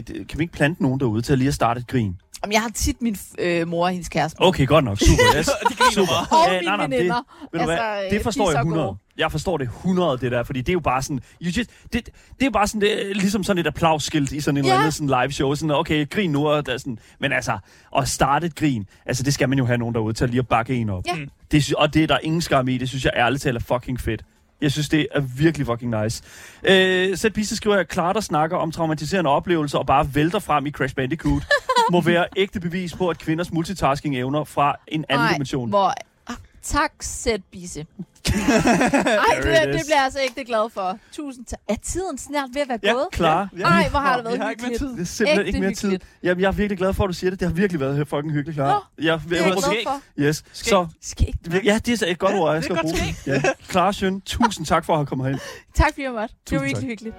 [SPEAKER 1] kan man ikke plante nogen derude til at lige at starte et grin?
[SPEAKER 3] Om jeg har tit min øh, mor og hendes kæreste.
[SPEAKER 1] Okay, godt nok. Super, yes.
[SPEAKER 2] De griner bare.
[SPEAKER 3] Og
[SPEAKER 1] Ja,
[SPEAKER 3] mine
[SPEAKER 1] nej, nej, men det-
[SPEAKER 3] veninder.
[SPEAKER 1] Ved du altså,
[SPEAKER 3] Altså,
[SPEAKER 1] hvad?
[SPEAKER 3] øh,
[SPEAKER 1] Det forstår
[SPEAKER 3] de er
[SPEAKER 1] jeg
[SPEAKER 3] så
[SPEAKER 1] 100.
[SPEAKER 3] gode.
[SPEAKER 1] Jeg forstår det 100, det der, fordi det er jo bare sådan, you just, det, det er bare sådan, det, er ligesom sådan et applausskilt i sådan en
[SPEAKER 3] Ja.
[SPEAKER 1] eller anden sådan live show, sådan, okay, grin nu, og der, er sådan, men altså, at starte et grin, altså det skal man jo have nogen derude til lige at bakke en op.
[SPEAKER 3] Ja.
[SPEAKER 2] Mm.
[SPEAKER 1] Det, sy- og det er der ingen skam i, det synes jeg ærligt talt er fucking fedt. Jeg synes, det er virkelig fucking nice. Øh, Sæt Pisse skriver, at Clara, der snakker om traumatiserende oplevelser og bare vælter frem i Crash Bandicoot, må være ægte bevis på, at kvinders multitasking-evner fra en anden
[SPEAKER 3] Ej,
[SPEAKER 1] dimension.
[SPEAKER 3] Hvor... Ah, Tak, sæt bise. Ej,
[SPEAKER 1] There it
[SPEAKER 3] det,
[SPEAKER 1] is.
[SPEAKER 3] det bliver jeg altså ægte glad for. Tusind tak. Er tiden snart ved at være
[SPEAKER 1] Ja,
[SPEAKER 3] gået?
[SPEAKER 1] klar. Ja.
[SPEAKER 3] Ej, hvor har det
[SPEAKER 2] Vi
[SPEAKER 3] været
[SPEAKER 2] har ikke mere
[SPEAKER 3] hyggeligt.
[SPEAKER 2] tid.
[SPEAKER 1] Det er simpelthen
[SPEAKER 3] Ægte
[SPEAKER 1] ikke mere
[SPEAKER 3] hyggeligt.
[SPEAKER 1] tid. Jamen, jeg er virkelig glad for, at du siger det. Det har virkelig været fucking hyggeligt, klar.
[SPEAKER 3] Nå,
[SPEAKER 1] Ja, jeg,
[SPEAKER 3] Det er jeg
[SPEAKER 2] Vores
[SPEAKER 3] glad
[SPEAKER 2] skæg.
[SPEAKER 3] for.
[SPEAKER 1] Yes, så...
[SPEAKER 3] Skæg.
[SPEAKER 1] Ja, det er et godt
[SPEAKER 2] Ja,
[SPEAKER 1] ord,
[SPEAKER 2] det er
[SPEAKER 1] jeg skal
[SPEAKER 2] godt
[SPEAKER 1] bruge. Ja. Clara Sjøen, tusind tak for at have kommet herind.
[SPEAKER 3] Tak fordi jeg måtte. Det
[SPEAKER 1] Tusind
[SPEAKER 3] var
[SPEAKER 1] tak.
[SPEAKER 3] virkelig hyggeligt.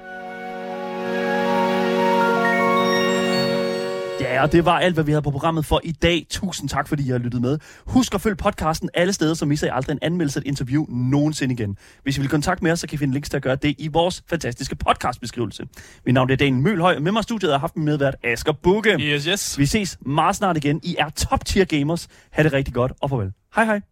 [SPEAKER 1] Ja, og det var alt, hvad vi havde på programmet for i dag. Tusind tak, fordi I har lyttet med. Husk at følge podcasten alle steder, så misser I aldrig en anmeldelse et interview nogensinde igen. Hvis I vil kontakte med os, så kan I finde links til at gøre det i vores fantastiske podcastbeskrivelse. Mit navn er Daniel Mølhøj, og med mig i studiet har jeg haft min medvært Asger Bukke.
[SPEAKER 2] Yes, yes.
[SPEAKER 1] Vi ses meget snart igen. I er top tier gamers. Ha' det rigtig godt, og farvel. Hej hej.